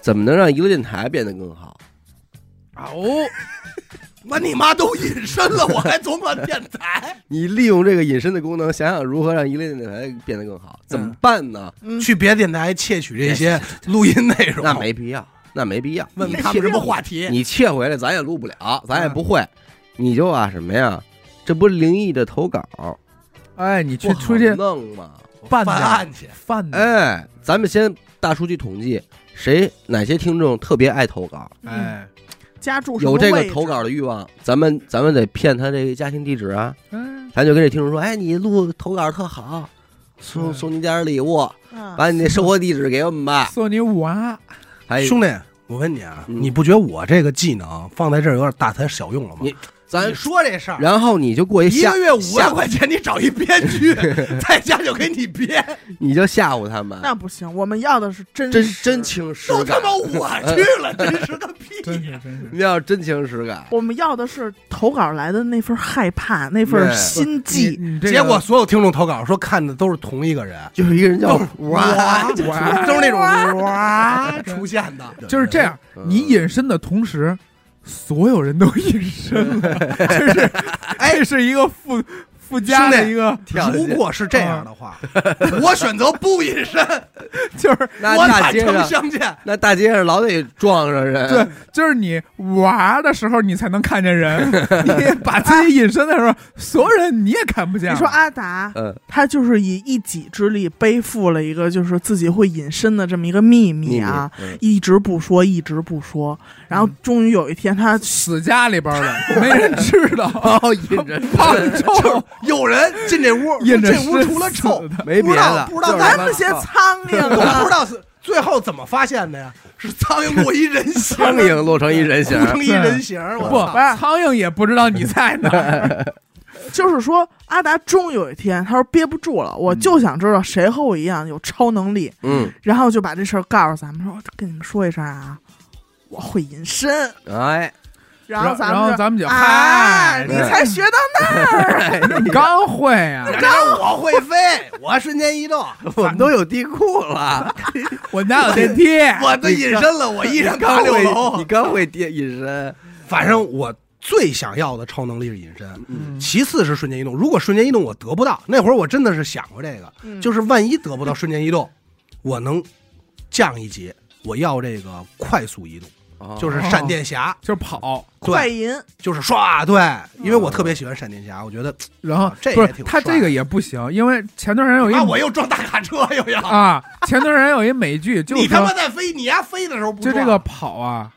S1: 怎么能让一个电台变得更好？
S4: 哦，
S2: 妈你妈都隐身了，我还总管电台？
S1: 你利用这个隐身的功能，想想如何让一个电台变得更好，怎么办呢？
S3: 嗯，
S2: 去别电台窃取这些录音内容？
S1: 哎那没必要，那没必要。
S2: 嗯问
S1: 你
S2: 问他们什么话嗯题？
S1: 你切回来，咱也录不了，咱也不会，你就啊什么呀？这不灵异的投稿，
S4: 哎，你去
S1: 不
S4: 出
S1: 好
S4: 去
S1: 弄
S2: 嗯
S1: 嘛？
S4: 办
S2: 办
S4: 点
S2: 案去。
S4: 饭的，
S1: 哎，咱们先大数据统计，谁哪些听众特别爱投稿，
S3: 嗯，
S4: 哎，
S3: 家住什么
S1: 有这个
S3: 位置
S1: 投稿的欲望，咱们咱们得骗他这个家庭地址啊，
S4: 嗯
S1: 咱就跟这听众说，哎，你录投稿特好，送
S4: 嗯
S1: 送你点儿礼物，
S3: 嗯
S1: 把你那生活地址给我们吧。
S4: 送你五啊，
S1: 还有
S2: 兄弟，我问你啊，
S1: 哎嗯
S2: 你不觉得我这个技能放在这儿有点大材小用了吗
S1: 你？咱
S2: 你说这事儿，
S1: 然后你就过一
S2: 一
S1: 下
S2: 个月五
S1: 下
S2: 万块钱，你找一编 剧在家就给你编，
S1: 你就吓唬他们，
S3: 那不行，我们要的是真
S1: 真
S3: 实
S1: 真，情实
S2: 都他
S1: 感
S2: 妈。 我去了，真是个屁！
S4: 真是真是。
S1: 你要真情实感，
S3: 我们要的是投稿来的那份害怕，那份
S1: 对
S3: 心
S4: 你
S3: 悸。
S4: 你这个
S2: 结果所有听众投稿说看的都是同一个人，
S1: 就是一个人叫
S2: 都是
S1: 哇，
S4: 哇
S2: 都是那种
S1: 啊
S2: 哇 出现 的，
S4: 就是这样，
S1: 嗯
S4: 你隐身的同时，所有人都隐身了，就是这是一个附附加
S2: 兄
S4: 的
S2: 弟
S4: 一个，
S1: 跳
S2: 如
S1: 进去
S2: 果是这样的话，我选择不隐身，
S4: 就是
S1: 嗯那
S2: 我
S1: 大
S2: 坦
S1: 街
S2: 诚
S1: 上
S2: 相见。
S1: 那大街上老得撞上人，
S4: 对，就是你玩的时候你才能看见人，你把自己隐身的时候，所有人你也看不见。
S3: 你说，阿达，
S1: 嗯，
S3: 他就是以一己之力背负了一个就是自己会隐身的这么一个秘密啊，
S1: 秘密，嗯
S3: 一直不说，一直不说，然后终于有一天他
S4: 死家里边的 没人知道，
S1: 哦，隐着
S4: 怕臭，
S2: 有人进这屋，
S4: 印着
S2: 这屋除了臭，
S4: 的，
S1: 没别的，
S2: 不知道
S1: 就是
S3: 咱们些苍蝇
S2: 我不知
S3: 啊，
S2: 道是最后怎么发现的呀？是苍蝇落一人形，
S1: 苍蝇落成一人形
S2: 形，，成一人形，我
S4: 哎不，
S2: 操！
S3: 是
S4: 苍蝇也不知道你在哪儿。
S3: 就是说阿达终于有一天，他说憋不住了，
S4: 嗯
S3: 我就想知道谁和我一样有超能力，
S1: 嗯，
S3: 然后就把这事儿告诉咱们，说我跟你们说一声啊，我会隐身，
S1: 哎，
S3: 然后咱
S4: 然后
S3: 们
S4: 咱们就
S3: 啊，
S4: 嗨，
S3: 你才学到
S4: 你刚会啊呀、
S2: 人家说我会飞，我瞬间移动，
S1: 我们都有地库了，
S4: 我们家有电梯，
S2: 我都隐身了，我依然
S1: 刚
S2: 爬六
S1: 会你
S2: 楼。
S1: 刚会跌隐身，
S2: 反正我最想要的超能力是隐身，
S4: 嗯
S2: 其次是瞬间移动。如果瞬间移动我得不到，那会儿我真的是想过这个，
S3: 嗯
S2: 就是万一得不到瞬间移动，我能降一级，我要这个快速移动，
S1: 哦
S2: 就是闪电侠。
S4: 就是跑，
S3: 快
S2: 对，
S3: 银，
S2: 就是唰，对，因为我特
S4: 嗯
S2: 别喜欢闪电侠，我觉得
S4: 然后
S2: 啊这
S4: 不
S2: 也
S4: 是
S2: 挺
S4: 他
S2: 帅
S4: 这个也不行，因为前段时间有一
S2: 啊，我又撞大卡车又要，
S4: 啊，前段时间有一美 剧，就
S2: 你他妈
S4: 说
S2: 在飞，你丫飞的时候不
S4: 就
S2: 撞
S4: 这个跑 啊，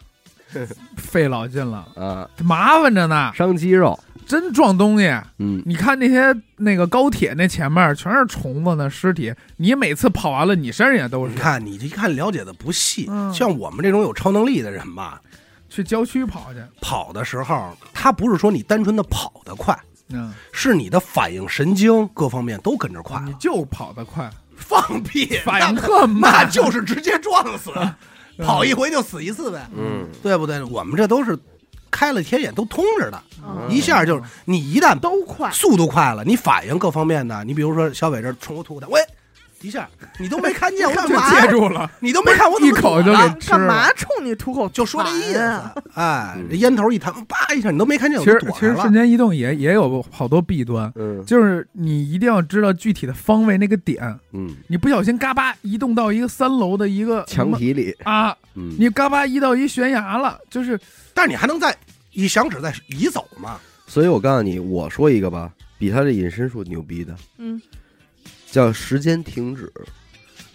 S4: 费老劲了，
S1: 啊，
S4: 麻烦着呢，
S1: 伤肌肉，
S4: 真撞东西。
S1: 嗯，
S4: 你看那些那个高铁那前面全是虫子呢，尸体，你每次跑完了，你身上也都
S2: 你
S4: 是。
S2: 看你一看了解的不细，
S4: 嗯
S2: 像我们这种有超能力的人吧，
S4: 去郊区跑去，
S2: 跑的时候他不是说你单纯的跑得快，
S4: 嗯，
S2: 是你的反应神经各方面都跟着快
S4: 你
S2: 了。
S4: 就跑得快，
S2: 放屁，
S4: 嗯反应
S2: 那
S4: 特
S2: 那
S4: 慢，
S2: 就是直接撞死，
S4: 嗯
S2: 跑一回就死一次呗，
S1: 嗯，
S2: 对不对？我们这都是开了天眼都通着的，
S3: 嗯
S2: 一下就是你一旦
S3: 都快，
S2: 速度快了，你反应各方面的，你比如说小伟这冲我吐口痰，喂，一下你都没 看见我
S4: 就
S2: 干
S4: 接
S2: 嘛，
S4: 住了。
S2: 你都没看我怎么
S4: 一口就
S2: 吐
S4: 给
S2: 啊
S4: 吃
S3: 干
S4: 了。
S3: 嘛冲你吐口痰
S2: 就说这意
S3: 啊
S2: 思，哎，这烟头一弹，叭一下你都没看见我
S4: 其
S2: 就
S4: 实
S2: 躲
S4: 其
S2: 着
S4: 实
S2: 了
S4: 瞬，间移动也也有好多弊端，
S1: 嗯
S4: 就是你一定要知道具体的方位那个点，
S1: 嗯，
S4: 你不小心嘎巴移动到一个三楼的一个
S1: 墙
S4: 什
S1: 体里，
S4: 么啊，
S1: 嗯，
S4: 你嘎巴移到一悬崖了，就是
S2: 但是你还能再一响指再移走嘛？
S1: 所以我告诉你，我说一个吧，比他这隐身术牛逼的，
S3: 嗯，
S1: 叫时间停止，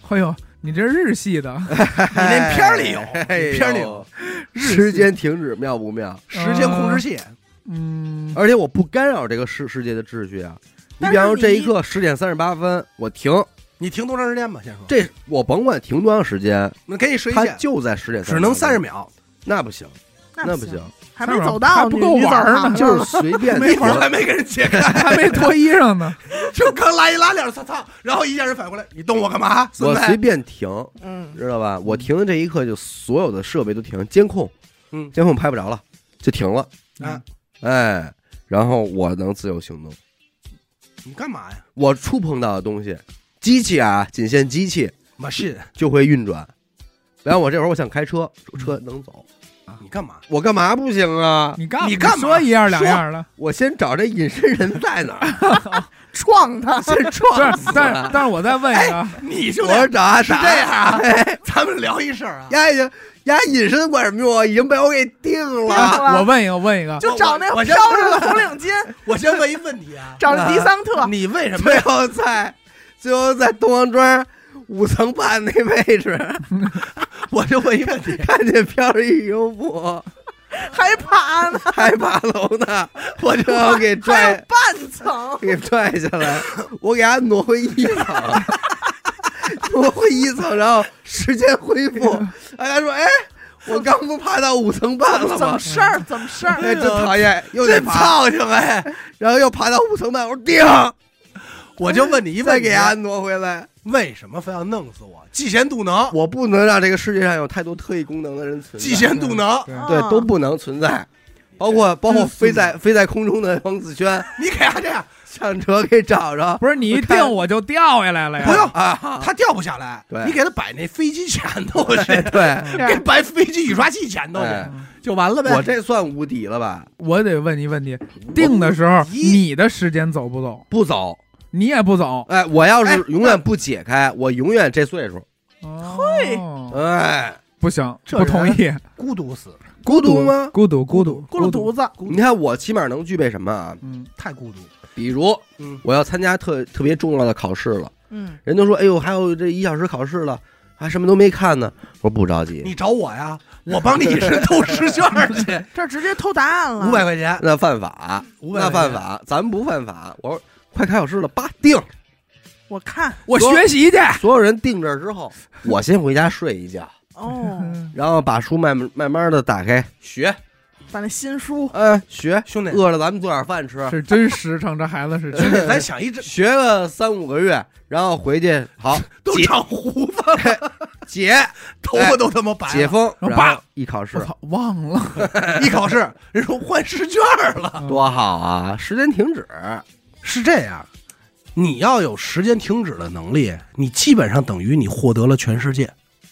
S4: 哎呦，你这日系的，
S2: 你
S4: 哎
S2: 那片儿里有，你片儿里有
S1: 时间停止妙不妙？
S2: 时间控制器，
S4: 嗯，
S1: 而且我不干扰这个世世界的秩序啊。你
S3: 但是
S1: 比方说这一
S3: 你
S1: 刻十点三十八分，我停，
S2: 你停多长时间吧？先说，
S1: 这我甭管停多长时间，
S2: 我给你睡一
S1: 它
S2: 下，
S1: 就在十点，
S2: 只能三十，秒，
S1: 那不行，那
S3: 不
S1: 行，，
S3: 还没走到
S4: 还不够玩儿呢
S3: 呢，
S1: 就是随 便
S2: 没法儿还没给人解开，
S4: 还没脱衣裳呢，
S2: 就刚拉一拉链，操操，然后一下人反过来，你动我干嘛？孙
S1: 我
S2: 子
S1: 随便停，
S3: 嗯，
S1: 知道吧？我停的这一刻，就所有的设备都停，监控，
S2: 嗯
S1: 监控拍不着了，就停了，
S2: 啊，
S1: 哎，然后我能自由行动。
S2: 你干嘛呀？
S1: 我触碰到的东西，机器啊，仅限机器
S2: 马信，
S1: 就会运转。然后我这会儿我想开车，车
S2: 嗯
S1: 能走，
S2: 你干嘛？
S1: 我干嘛不行啊？
S4: 你干
S2: 你干嘛
S4: 说一样两样的，
S1: 我先找这隐身人在哪儿，
S3: 撞 他，
S1: 先
S4: 不是
S1: 撞死，
S4: 但是
S1: 他。
S4: 但是我再问一个，
S2: 你就
S1: 我说找哎阿
S2: 是
S1: 达，
S2: 这样啊，咱们聊一事儿啊。
S1: 呀已经呀隐身管什么用啊？已经被我给定了。
S4: 啊
S2: 啊
S4: 我问一个，我问一个，
S3: 就找那
S2: 我我
S3: 飘
S2: 先
S3: 着的红领巾，
S2: 我先问一问题 啊，
S3: 找那迪桑特，
S2: 你为什 么
S1: 最后在最后在东王庄五层半那位 置，
S2: 我就问一问题，
S1: 看见飘着一油布，
S3: 还爬呢，
S1: 还爬楼呢，我就要给
S3: 还有
S1: 拽
S3: 半层，
S1: 给拽下来，我给他挪回一层，挪回一层，然后时间恢复。大家说，哎，
S2: 我刚不爬到五层半了
S3: 怎么
S2: 吗？
S3: 事儿？怎么事儿？
S2: 哎，真讨厌，又得
S1: 真
S2: 操性哎，然后又爬到五层半，我说顶， 我就问你一
S1: 再
S2: 问
S1: 给
S2: 题，啊
S1: 安挪回来。
S2: 为什么非要弄死我？嫉贤妒能，
S1: 我不能让这个世界上有太多特异功能的人存在，
S2: 嫉贤妒能，
S4: 对
S3: 啊
S1: 对都不能存在，包括包括
S4: 真是
S1: 飞在飞在空中的王子轩，
S2: 你给他这样，
S1: 想辙给找着，
S4: 不是你一定我就掉下来了呀？
S2: 不用
S1: 啊，
S2: 他掉不下来
S1: 对，
S2: 你给他摆那飞机前头去，
S1: 对，
S2: 给摆飞机雨刷器前头去
S1: 哎
S2: 就完了呗。
S1: 我这算无敌了吧？
S4: 我得问你问题，定的时候你的时间走不走？
S1: 不走，
S4: 你也不走。
S1: 哎，我要
S2: 哎
S1: 是永远不解开，我永远这岁数，
S4: 嘿，
S1: 哎，
S4: 哦不行，
S2: 这
S4: 不同意。
S2: 孤独死，
S1: 孤独吗？
S4: 孤独，孤独，
S3: 咕噜犊子，
S2: 孤
S1: 你
S2: 独
S1: 看我起码能具备什么啊？
S4: 嗯，
S2: 太孤独。
S1: 比如
S2: 嗯，
S1: 我要参加特特别重要的考试了，
S3: 嗯，
S1: 人都说，哎呦，还有这一小时考试了，还什么都没看呢。我说不着急，
S2: 你找我呀，我帮你 一人偷试卷 去，
S3: 这直接偷答案了。
S2: 五百块钱，
S1: 那犯法，
S2: 五百
S1: 那犯。法，咱不犯法。我说快开考试了，八定，
S3: 我看
S4: 我学习去。
S1: 所有人定这儿之后，我先回家睡一觉，
S4: 嗯
S3: 哦，
S1: 然后把书慢慢慢的打开学，
S3: 把那新书
S1: 嗯，学，
S2: 兄弟，
S1: 饿了咱们做点饭吃，
S4: 是真实诚，这孩子是真。
S2: 咱想 一这
S1: 学个三五个月，然后回去 好
S2: 都长胡子了，
S1: 解
S2: 头发都他妈白
S1: 解
S2: 了。
S1: 封，
S4: 然后
S1: 然后一考试
S4: 我操，忘了。
S2: 一考试，人说换试卷了。
S1: 多好啊！时间停止，
S2: 是这样，你要有时间停止的能力，你基本上等于你获得了全世界。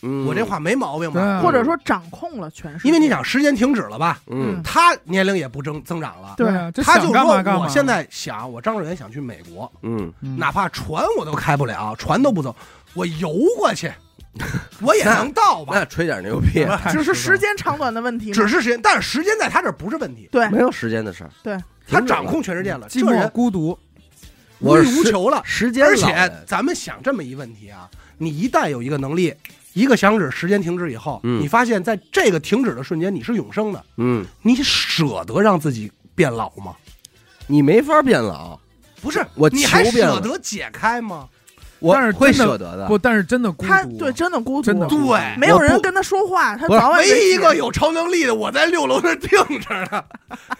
S1: 嗯，
S2: 我这话没毛病
S4: 对
S2: 吧
S4: 啊？
S3: 或者说掌控了全世界，
S2: 嗯因为你想时间停止了吧，
S1: 嗯
S3: 嗯
S2: 他年龄也不增增长了。
S4: 对啊，这
S2: 他
S4: 想
S2: 就
S4: 干嘛
S2: 说
S4: 干
S2: 我
S4: 嘛。
S2: 现在想，我张志远想去美国，
S1: 嗯，
S4: 嗯
S2: 哪怕船我都开不了，船都不走，我游 过去，我也能到吧？
S1: 那吹点牛逼，
S4: 太
S3: 只是
S4: 实在
S3: 时间长短的问题嘛。
S2: 只是时间，但是时间在他这儿不是问题，
S3: 对
S1: 没有时间的事儿，
S3: 对，
S2: 他掌控全世界了，
S4: 寂
S2: 这
S4: 寞
S2: 人
S4: 孤独。
S2: 无
S1: 我
S2: 欲
S1: 是
S2: 无求了。
S1: 时间老
S2: 而
S1: 人，
S2: 且咱们想这么一问题啊，你一旦有一个能力，一个响指时间停止以后，
S1: 嗯
S2: 你发现在这个停止的瞬间你是永生的，
S1: 嗯，
S2: 你舍得让自己变老吗？
S1: 你没法变老，
S2: 不是，
S1: 我
S2: 你还
S1: 求变
S2: 舍
S1: 了
S2: 得解开吗？
S1: 我
S4: 但是真的
S1: 会舍得的，
S4: 不，但是真的孤
S3: 他
S2: 啊
S4: 独。啊
S3: 对真的孤独，
S4: 真的孤独啊
S2: 对
S3: 没有
S1: 我
S3: 人
S1: 不
S3: 跟他说话，他
S1: 不是
S3: 早晚
S2: 唯
S3: 被
S2: 一一个
S3: 解
S2: 有超能力的，我在六楼那儿定着呢。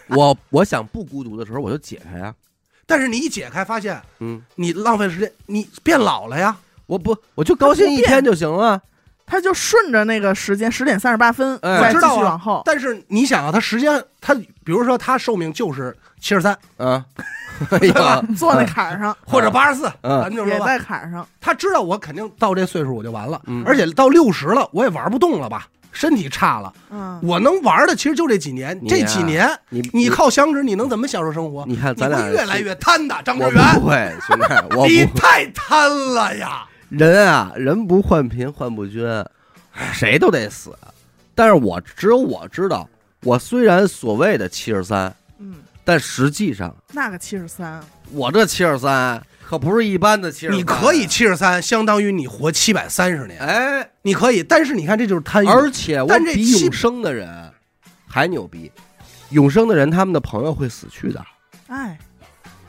S1: 我我想不孤独的时候我就解开呀，
S2: 但是你一解开，发现
S1: 嗯，
S2: 你浪费时间，你变老了呀。
S1: 我不我就高兴一天就行了，
S3: 他就顺着那个时间十点三十八分
S1: 哎
S3: 再继
S2: 我知道啊
S3: 续往后，
S2: 但是你想啊，他时间，他比如说他寿命就是七十三
S1: 啊，哎呀，
S3: 坐那坎儿上
S2: 或者八十四，
S1: 嗯
S2: 咱们嗯就
S3: 也
S2: 说吧，
S3: 在坎儿上，
S2: 他知道我肯定到这岁数我就完了，
S1: 嗯
S2: 而且到六十了我也玩不动了吧，身体差了，
S3: 嗯，
S2: 我能玩的其实就这几年，
S1: 你呀
S2: 这几年
S1: 你
S2: 你靠响指你能怎么享受生活？
S1: 你看
S2: 你
S1: 咱
S2: 会
S1: 俩
S2: 越来越贪的，张志
S1: 我
S2: 远，
S1: 不会，兄弟，我
S2: 你
S1: 不
S2: 太贪了呀！
S1: 人啊，人不患贫患不均，谁都得死。但是我只有我知道，我虽然所谓的七十三，
S3: 嗯，
S1: 但实际上
S3: 那个七十三，
S1: 我这七十三可不是一般的七十。
S2: 你可以，七十三，相当于你活七百三十年，
S1: 哎，
S2: 你可以，但是你看这就是贪欲，
S1: 而且我
S2: 但这
S1: 比
S2: 七
S1: 永生的人还牛逼。永生的人，他们的朋友会死去的，
S3: 哎，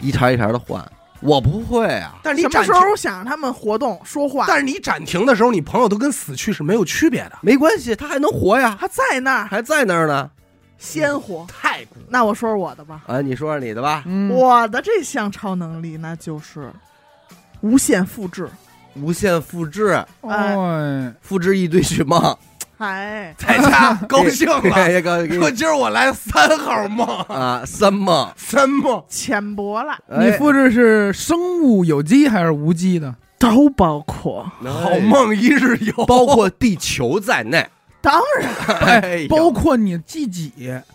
S1: 一茬一茬的换。我不会啊，
S2: 但
S3: 什
S2: 是你
S3: 么
S2: 暂
S3: 时
S2: 停，
S3: 候想让他们活动说话？
S2: 但是你暂停的时候，你朋友都跟死去是没有区别的。
S1: 没关系，他还能活呀，
S3: 他在那儿
S1: 还在那儿呢。
S3: 鲜活。
S2: 太古
S3: 那我说说我的吧，
S1: 啊，你说说你的吧，
S4: 嗯，
S3: 我的这项超能力那就是无限复制，
S1: 无限复制，
S4: 哎，
S1: 复制一堆雪梦，
S3: 哎，
S2: 在家高兴了，
S1: 哎高兴
S2: 说今儿我来三号梦，
S1: 啊，三梦。
S2: 三梦
S3: 浅薄了，
S4: 你
S1: 哎
S4: 复制是生物有机还是无机的？
S3: 都包括，
S2: 好，梦一日游，
S1: 包括地球在内，
S3: 当然
S1: 哎呦，
S4: 包括你自己，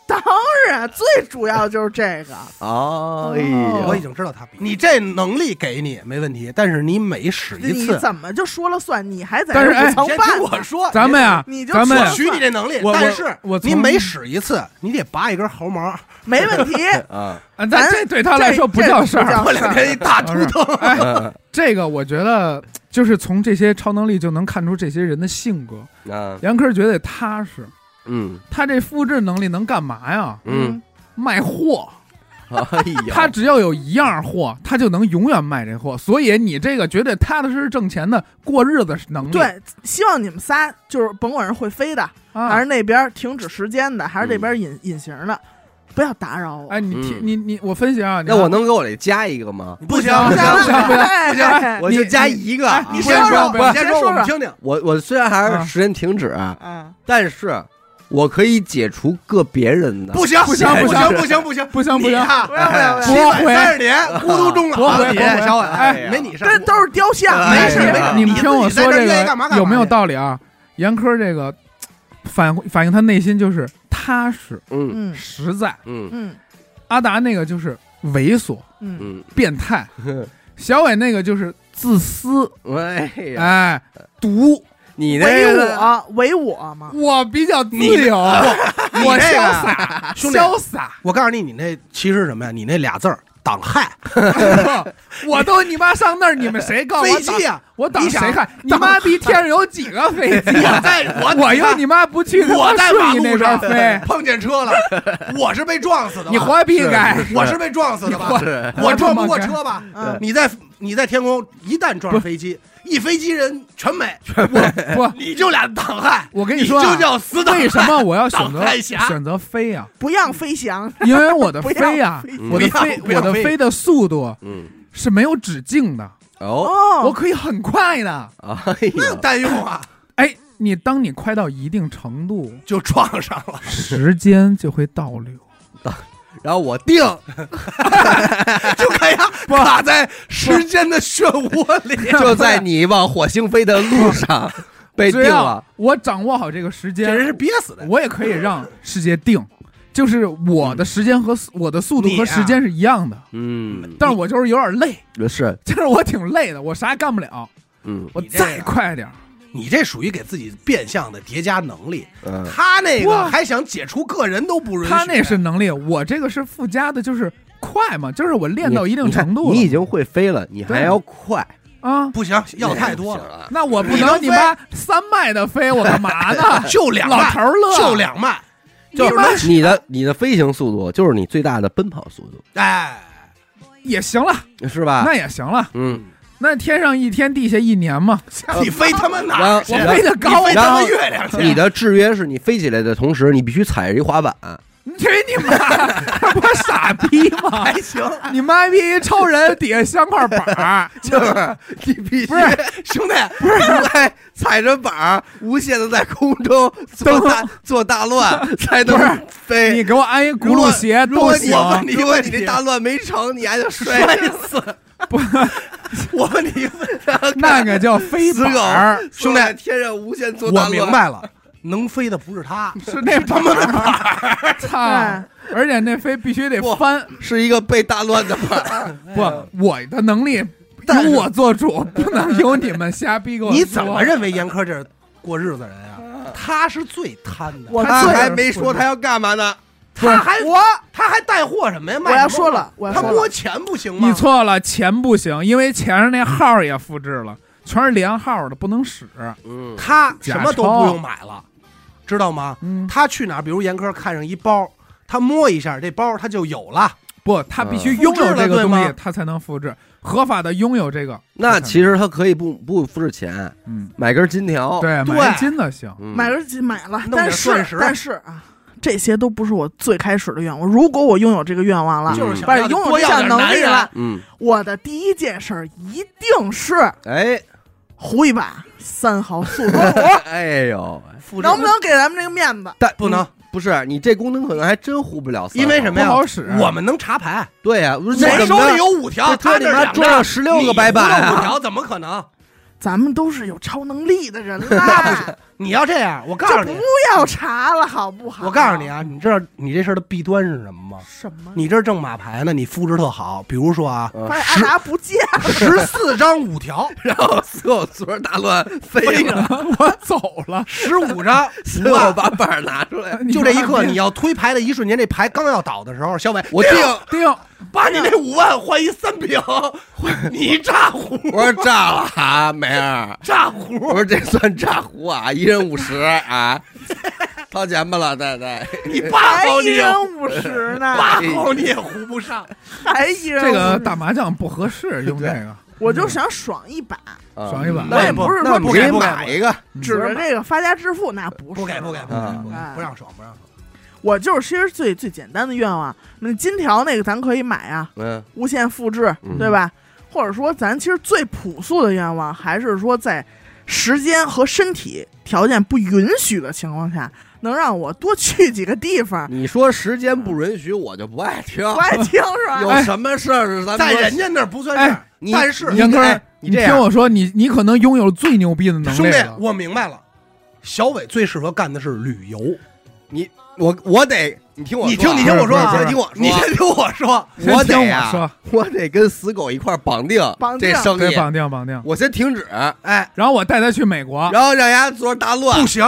S3: 当然，最主要就是这个，
S1: 哎
S2: 我
S1: 呀
S2: 已，经知道他比哦你这能力给你没问题，但是你每使一
S3: 你
S2: 次，
S3: 怎么就说了算？你还在
S4: 但是
S3: 这儿不曾
S2: 先
S3: 办
S2: 听
S3: 呢？
S2: 我说，
S4: 咱们呀
S3: 你，就
S4: 咱们
S2: 我
S4: 呀
S3: 说
S2: 许你这能力，
S4: 我
S2: 但是
S4: 我我从
S2: 你每使一次，你得拔一根毫毛，
S3: 没问题，
S1: 啊，
S4: 啊咱这对他来说不叫事
S3: 这这
S4: 儿啊
S3: 不。
S2: 我两天一大秃头。
S1: 嗯
S4: 这个我觉得就是从这些超能力就能看出这些人的性格。
S1: 啊，
S4: 杨科觉得踏实，
S1: 嗯
S4: 他这复制能力能干嘛呀？
S1: 嗯，
S4: 卖货，
S1: 哎呀，
S4: 他只要有一样货，他就能永远卖这货。所以你这个绝对踏踏实实挣钱的过日子能力，
S3: 对，希望你们仨就是甭管是会飞的，还
S4: 啊
S3: 是，那边停止时间的，还是这边隐隐形的，不要打扰我。
S4: 哎，你提
S1: 嗯
S4: 你你我分析啊，你
S1: 那
S4: 看
S1: 我能给我这加一个吗？
S2: 不行，
S4: 不
S3: 行
S4: 行不行不行
S3: 哎
S2: 行
S3: 哎
S1: 我就加一个。啊
S4: 哎
S2: 你
S4: 你
S2: 先
S4: 先
S2: 说，
S4: 说
S2: 我
S4: 吧
S2: 先
S3: 先
S2: 说，
S3: 说
S2: 我们
S3: 吧
S2: 听听。
S1: 我我虽然还是时间停止，啊
S3: 嗯，
S1: 但是我可以解除个别人的。
S2: 不行，
S4: 不行不
S2: 不
S4: 行
S2: 不行，不行，
S4: 不行不
S2: 你
S4: 行，
S2: 啊
S3: 不要不要不要，
S4: 不
S2: 七
S4: 要
S2: 百三十年孤独终
S4: 驳
S2: 老，
S4: 回
S2: 你
S4: 驳回
S2: 小伟，
S4: 哎
S2: 哎，没你事儿，
S3: 这都是雕像，
S2: 哎
S4: 没
S3: 事
S4: 事
S2: 没
S3: 没
S2: 事
S4: 你们
S2: 你
S4: 听我
S2: 自己在
S4: 说
S2: 这儿
S4: 这
S2: 愿意干嘛
S4: 个
S2: 干嘛
S4: 有没有
S2: 去
S4: 道理啊？严科这个反反映他内心就是踏实
S1: 嗯
S3: 嗯
S4: 实在，
S1: 嗯
S3: 嗯
S4: 阿达那个就是猥琐
S3: 嗯，
S1: 嗯，
S4: 变 态，小伟那个就是自私，
S1: 哎呀，
S4: 哎，毒。
S1: 你这
S3: 唯
S1: 个
S3: 我唯我嘛，
S4: 我比较自
S2: 你
S4: 由，
S2: 你
S4: 我
S2: 这
S4: 潇
S2: 个啊
S4: 洒，
S2: 兄弟
S4: 潇洒，
S2: 我告诉你，你那其实是什么呀？你那俩字儿挡害，
S4: 我都你妈上那儿，你们谁告诉我
S2: 飞
S4: 挡
S2: 机啊！
S4: 我挡
S2: 你想
S4: 谁看？你妈逼天上有几个飞机啊？
S2: 在 我
S4: 我又你妈不去，
S2: 我在马
S4: 顺你那
S2: 路上
S4: 边飞，
S2: 碰见车了，我是被撞死的吧，
S4: 你活逼该！
S2: 哎 我是被撞死的吧？
S1: 是
S2: 我撞不过
S4: 我他妈
S2: 车吧？
S3: 嗯，
S2: 你在你在天空一旦撞上飞机，一飞机人全没，
S4: 不，
S2: 你就俩挡害，
S4: 我跟
S2: 你
S4: 说啊，
S2: 就叫死党。
S4: 为什么我要 选择
S2: 挡太狭
S4: 选择飞啊？
S3: 不让飞翔，
S4: 因为我的
S3: 不
S4: 飞
S3: 要
S4: 啊，
S3: 飞
S4: 我的
S2: 不要
S4: 飞，
S2: 不要
S4: 我的
S2: 飞
S4: 飞的速度
S1: 嗯
S4: 是没有止境的，
S1: 哦，
S4: 我
S3: 哦，
S4: 可以很快的。
S1: 哎
S2: 那有
S1: 呀，
S2: 担忧 啊？
S4: 哎，你当你快到一定程度，
S2: 就撞上了，
S4: 时间就会倒流。
S1: 然后我定
S2: 就给他卡在时间的漩涡里。
S1: 就在你往火星飞的路上被定
S4: 只要
S1: 了，
S4: 我掌握好这个时
S2: 这人
S4: 间，
S2: 是憋死 的。
S4: 我也可以让世界 定，就是我的时间和速我的速度
S2: 你啊
S4: 和时间是一样的，
S1: 嗯，
S4: 但是我就是有点累，
S1: 是
S4: 就是我挺累的，我啥也干不了，
S1: 嗯
S4: 我
S2: 你这个
S4: 再快点儿，
S2: 你这属于给自己变相的叠加能力。
S1: 嗯
S2: 他那个
S4: 哇
S2: 还想解除个人都不允许。
S4: 他那是能力，我这个是附加的，就是快嘛，就是我练到一定程度
S1: 你看你已
S4: 了
S1: 经会飞了，你还
S4: 对
S1: 要快，
S4: 啊。
S2: 不行，要太多了，
S1: 了。
S4: 那我不
S2: 你能
S4: 能你
S2: 飞？
S4: 妈三麦的飞，我干嘛呢
S2: 就两
S4: 老
S2: 迈
S4: 头，儿乐，
S2: 就两迈，
S4: 你
S2: 就是
S4: 妈
S2: 能
S1: 你的你的飞行速度就是你最大的奔跑速度，
S2: 哎，
S4: 也行了，
S1: 是
S2: 啊
S1: 吧？
S4: 那也行了，
S1: 嗯，
S4: 那天上一天，地下一年嘛，
S2: 你飞他妈哪
S1: 然
S2: 儿
S1: 后
S2: 去？
S4: 我
S1: 然后
S4: 飞得高
S2: 你飞他
S1: 然
S2: 妈
S1: 后
S2: 月亮去？
S1: 你的制约是你飞起来的同时，你必须踩着一 滑板。
S4: 你去你妈！这不是傻逼吗？
S2: 还行，
S4: 你妈逼超人底下镶块板儿，
S1: 就是你必须
S4: 不是
S2: 兄弟，
S1: 不是在 踩着板儿无限的在空中做大做大 乱才
S4: 不是
S1: 能
S4: 你
S1: 飞。
S4: 给我安一轱辘鞋
S1: 如
S4: 都
S1: 果你
S4: 行。
S1: 问你，如果你这大乱没成，你还得摔 死。
S2: 我问你一个问题，
S4: 那个叫飞
S1: 死
S4: 板
S1: 狗
S4: 儿，
S1: 兄弟，天上无限做
S2: 我
S1: 大乱。
S2: 明，白了，能飞的不是他，
S4: 是那他妈的板儿， 操！而且那飞必须得
S1: 不
S4: 翻，
S1: 是一个被大乱的板 儿。
S2: 啊
S4: 不，我的能力
S2: 但是
S4: 由我做主，不能由你们瞎逼给我。
S2: 你怎么？认为严科这是过日子人啊？他是最贪的，
S3: 我
S1: 他
S4: 最
S1: 还没说他要干嘛呢。
S2: 他还我他还带货什么呀？卖
S3: 我要
S2: 什么
S3: 说了，我要
S2: 他
S3: 说
S2: 摸
S3: 了，
S2: 钱不行吗？
S4: 你错了，钱不行，因为钱上那号儿也复制了，全是连号儿的，不能使。
S1: 嗯
S2: 他什么都
S4: 假钞
S2: 不用买了，知道吗？
S4: 嗯，
S2: 他去哪儿，比如严科看上一包，他摸一下这包他就有了。
S4: 不，他必须
S1: 嗯
S4: 拥有这个东
S2: 呃复制了对
S4: 西
S2: 吗，
S4: 他才能复制，合法的拥有这个。
S1: 那
S4: 他才
S1: 其实他可以不不付这钱，
S4: 能嗯，
S1: 买根金条。
S4: 对，
S2: 对
S4: 买一金的行。
S1: 嗯，
S3: 买了就买了，
S2: 弄点
S3: 但
S2: 钻石
S3: 是但是啊，这些都不是我最开始的愿望。如果我拥有这个愿望了，
S2: 嗯就是
S3: 不
S2: 想
S3: 是
S2: 要
S3: 拥有
S2: 多
S3: 这
S2: 要
S3: 项
S2: 点
S3: 能
S2: 男
S3: 力
S2: 人
S3: 了，
S1: 嗯，
S3: 我的第一件事儿一定是
S1: 哎，
S3: 胡一把三好速 通
S1: 哎呦，
S2: 复制
S3: 能不能给咱们这个面子？
S1: 但
S2: 哦
S1: 嗯
S2: 不能，
S1: 不是你这功能可能还真糊不了三号，
S2: 因为什么呀？
S4: 不好使
S2: 我们能查牌，
S1: 对呀，我说
S2: 啊
S1: 这
S2: 我手
S1: 怎么
S2: 里
S1: 着
S2: 有五条，
S1: 这这
S2: 他这
S1: 里面
S2: 两
S1: 装
S2: 张
S1: 了16个白板啊
S2: 你有五条怎么可能？
S3: 咱们都是有超能力的人
S2: 那不
S3: 啦，
S2: 你要这样， 我告诉
S3: 就
S2: 你
S3: 不，要查了，好不好？
S2: 我告诉你，啊，你知道你这事儿的弊端是什么吗？
S3: 什么？
S2: 你这儿正马牌呢，你复制特好，比如说啊，
S1: 嗯
S3: 发现阿达 不见了，
S2: 十四张五条，
S1: 然后所有村儿大乱飞了，
S4: 我走了，
S2: 十五张
S1: 所
S2: 五
S1: 有
S2: 万。
S1: 把板儿拿出来，
S4: 你
S2: 就这一
S4: 妈
S2: 刻，
S4: 逼
S2: 你要推牌的一瞬间，这牌刚要倒的时候，小伟，
S1: 我定，
S4: 定
S2: 把你那五万换一三平，你炸胡，
S1: 我说炸了啊，梅儿，
S2: 炸胡
S1: 我，说这算炸胡啊，一人五十啊，掏钱吧，老太太。
S2: 你
S3: 还
S2: 爸好
S3: 一
S2: 你，
S3: 人五 十呢，
S2: 爸好你也糊不上。
S3: 还一人
S4: 这
S3: 50
S4: 个打麻将不合适，用这个。
S3: 我就想爽一把，
S1: 啊
S4: 爽一把
S1: 那
S3: 我也不是
S1: 那
S3: 说
S1: 你
S2: 不给
S1: 给
S2: 不给
S1: 买一个，
S4: 嗯
S3: 指着这个发家致富那不是
S2: 不给不给不给
S1: 啊
S2: 不给，不让爽不让爽。
S3: 我就是其实最最简单的愿望，那金条那个咱可以买啊，
S1: 嗯，
S3: 无限复制，
S1: 嗯
S3: 对吧？或者说，咱其实最朴素的愿望，还是说在时间和身体条件不允许的情况下，能让我多去几个地 方，
S1: 你说时间不允许，我就不爱听。
S3: 不爱听是吧？
S1: 有什么事儿是咱
S2: 在
S1: 们
S2: 人家那儿不算事儿
S4: 哎，
S1: 你
S2: 但是
S1: 你
S4: 杨哥
S1: 哎，你
S4: 你
S1: 这
S4: 听
S1: 样，
S4: 我说，你你可能拥有最牛逼的能啊
S2: 兄
S4: 力
S2: 弟
S4: 了，。
S2: 我明白了，小伟最适合干的是旅游。
S1: 我我得，你听我说啊，
S2: 你听你听我说啊
S1: 你先听我说，
S2: 你先听我说，
S4: 先
S1: 我
S4: 听
S1: 得
S4: 我
S1: 呀，
S4: 说，
S1: 我得跟死狗一块儿绑定
S3: 绑定
S1: 这生
S4: 对，
S1: 意，
S4: 绑定绑定。
S1: 我先停止，
S2: 哎，
S4: 然后我带他去美国，
S1: 然后让伢昨儿大乱
S2: 不，行，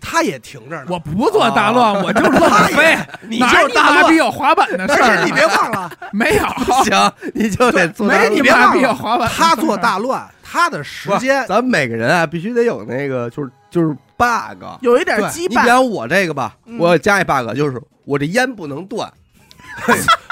S2: 他也停着呢。
S4: 我不做大乱，我就是乱飞。
S2: 哦哎你就
S4: 哪
S2: 是
S4: 儿你
S2: 大
S4: 妈逼
S2: 乱，
S4: 有滑板的事
S2: 而
S4: 儿啊？
S2: 且你别忘了，
S4: 没 有，
S1: 行，你就得做大
S2: 没
S1: 乱。
S2: 你
S4: 你
S2: 别
S4: 妈
S2: 忘
S4: 逼有
S2: 了，
S4: 滑板的事儿啊。
S2: 他做大乱，他的时
S1: 不是
S2: 间
S1: 咱们每个人啊，必须得有那个，就是就是 bug。
S3: 有一点
S2: 对
S3: 羁
S1: 你比
S3: 绊，
S1: 方我这个吧，
S3: 嗯
S1: 我加一 bug，就是我这烟不能断，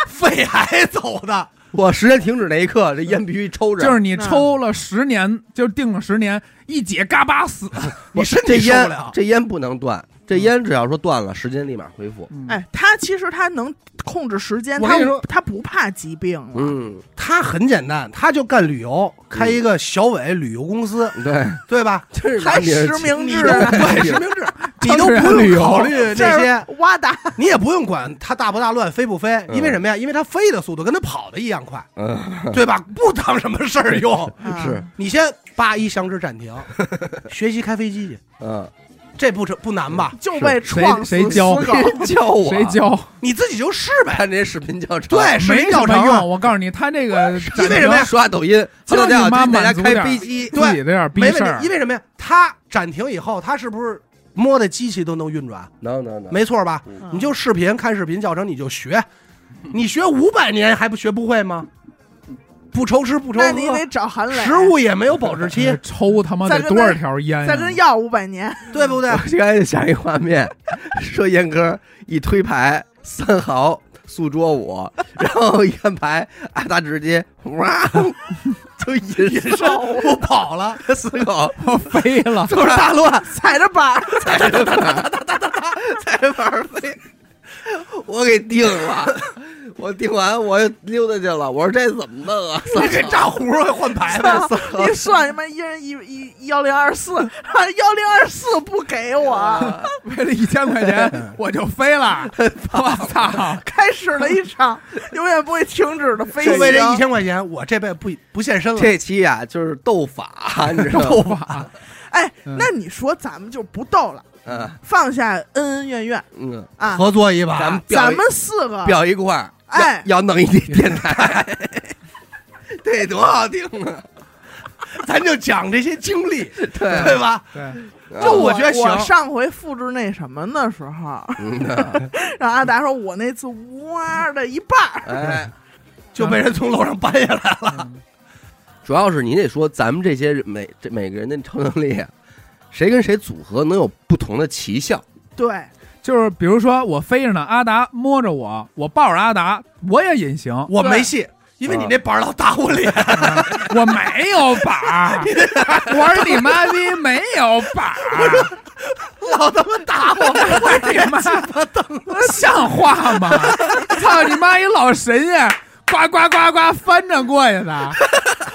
S2: 肺癌走的，
S1: 我时间停止那一刻，这烟必须抽着。
S4: 就是你抽了十年，就定了十年，一解嘎巴死。
S1: 我
S2: 你身
S1: 这
S2: 体受不
S1: 烟
S2: 了。
S1: 这烟不能断，这烟只要说断了，时间立马恢复。
S4: 嗯，
S3: 哎，他其实他能控制时间，
S2: 我
S3: 他
S2: 跟你说
S3: 他不怕疾病啊了。
S1: 嗯，
S2: 他很简单，他就干旅游，开一个小伟旅游公司，
S1: 对，
S2: 对吧？
S1: 这是
S3: 还
S1: 拿你的
S3: 实名制
S2: 你都对实名制，你都不
S4: 旅
S2: 用
S4: 游
S2: 考虑这些，
S3: 挖达，
S2: 你也不用管他大不大乱，飞不飞，
S1: 嗯
S2: 因为什么呀？因为他飞的速度跟他跑的一样 快，
S1: 嗯，
S2: 对吧？不当什么事儿用。
S3: 啊
S1: 是
S2: 你先叭一响指暂 停，学习开飞机去，
S1: 嗯，
S2: 这不成不难吧？
S3: 就被
S4: 谁
S3: 撞死
S4: 谁教
S3: 死狗
S1: 谁教我？
S4: 谁？教？
S2: 你自己就试呗。
S1: 看这些视频教程。
S2: 对，
S4: 嗯
S2: 是
S4: 啊没
S2: 一教
S4: 什
S2: 程
S4: 么
S2: 啊。
S4: 用。我告诉你，他这 个
S2: 因为什么呀
S1: 刷抖音，
S4: 就
S1: 刷
S4: 是
S1: 到
S4: 你妈
S1: 大家
S4: 满足点
S1: 开
S4: 儿
S1: 飞机。
S4: 自己的点儿逼
S2: 没
S4: 事
S2: 问
S4: 儿
S2: 题，因。为什么呀？他暂停以后，他是不是摸的机器都能运转？
S1: 能能能，
S2: 没错吧？
S3: 嗯
S2: 你就视频看视频教程，你就学，
S4: 嗯
S2: 你学五百年还不学不会吗？不愁吃不 愁
S3: 那你得
S2: 喝，
S3: 找韩磊，
S2: 食物也没有保 质期，
S4: 抽他妈
S3: 再
S4: 得
S3: 跟
S4: 多
S3: 他
S4: 少条烟啊
S3: 再
S4: 呀？
S3: 跟要五百 年，
S2: 对不 对
S1: 我？现在就想一画面， 说严哥一推牌三豪诉捉我，然后一看牌，啊，他直接哇就引上
S2: 我跑了，
S1: 死狗，
S4: 飞 了，
S1: 就是大乱，
S3: 踩着板儿，
S1: 才玩儿飞，我给定了，我定完我溜达去了，我说这怎么弄啊？
S2: 你给炸糊了换牌呗。
S3: 你算你妈一人一一幺零二四， 幺零二四不给我，
S4: 为了一千块 钱我就飞了。我操！
S3: 开始了一场永远不会停止的飞
S2: 就为这一
S3: 行。
S2: 千块钱，我这辈子不不健身了。
S1: 这期呀、就是斗法，你知道吗？
S4: 哇，
S3: 哎，
S4: 嗯
S3: 那你说咱们就不斗了，
S1: 嗯
S3: 放下恩恩怨怨
S1: 嗯，
S3: 啊，
S2: 合作一把，
S1: 咱们表
S3: 咱
S1: 一
S3: 们四
S2: 啊
S3: 个
S1: 表一块儿，要
S3: 哎
S1: 要弄一电 台，这多好听啊！
S2: 咱就讲这些经历，
S1: 对
S2: 对吧？
S4: 对，
S2: 这我觉得行
S3: 我上回复制那什么的时候，
S1: 嗯
S3: 让阿达说我那次哇的一半儿，
S1: 哎，
S2: 就被人从楼上搬下来了。
S1: 主要是你得说咱们这些人每这每个人的超能力啊，谁跟谁组合能有不同的奇效。
S3: 对，
S4: 就是比如说我飞着呢，阿达摸着我，我抱着阿达，我也隐形，
S2: 我没戏，因为你那板儿老打我脸。
S4: 我没有把儿，我说你妈逼没有把儿，
S2: 老他妈打我，
S4: 我说你妈像话吗？操你妈一老神仙，呱呱呱呱翻着过去的，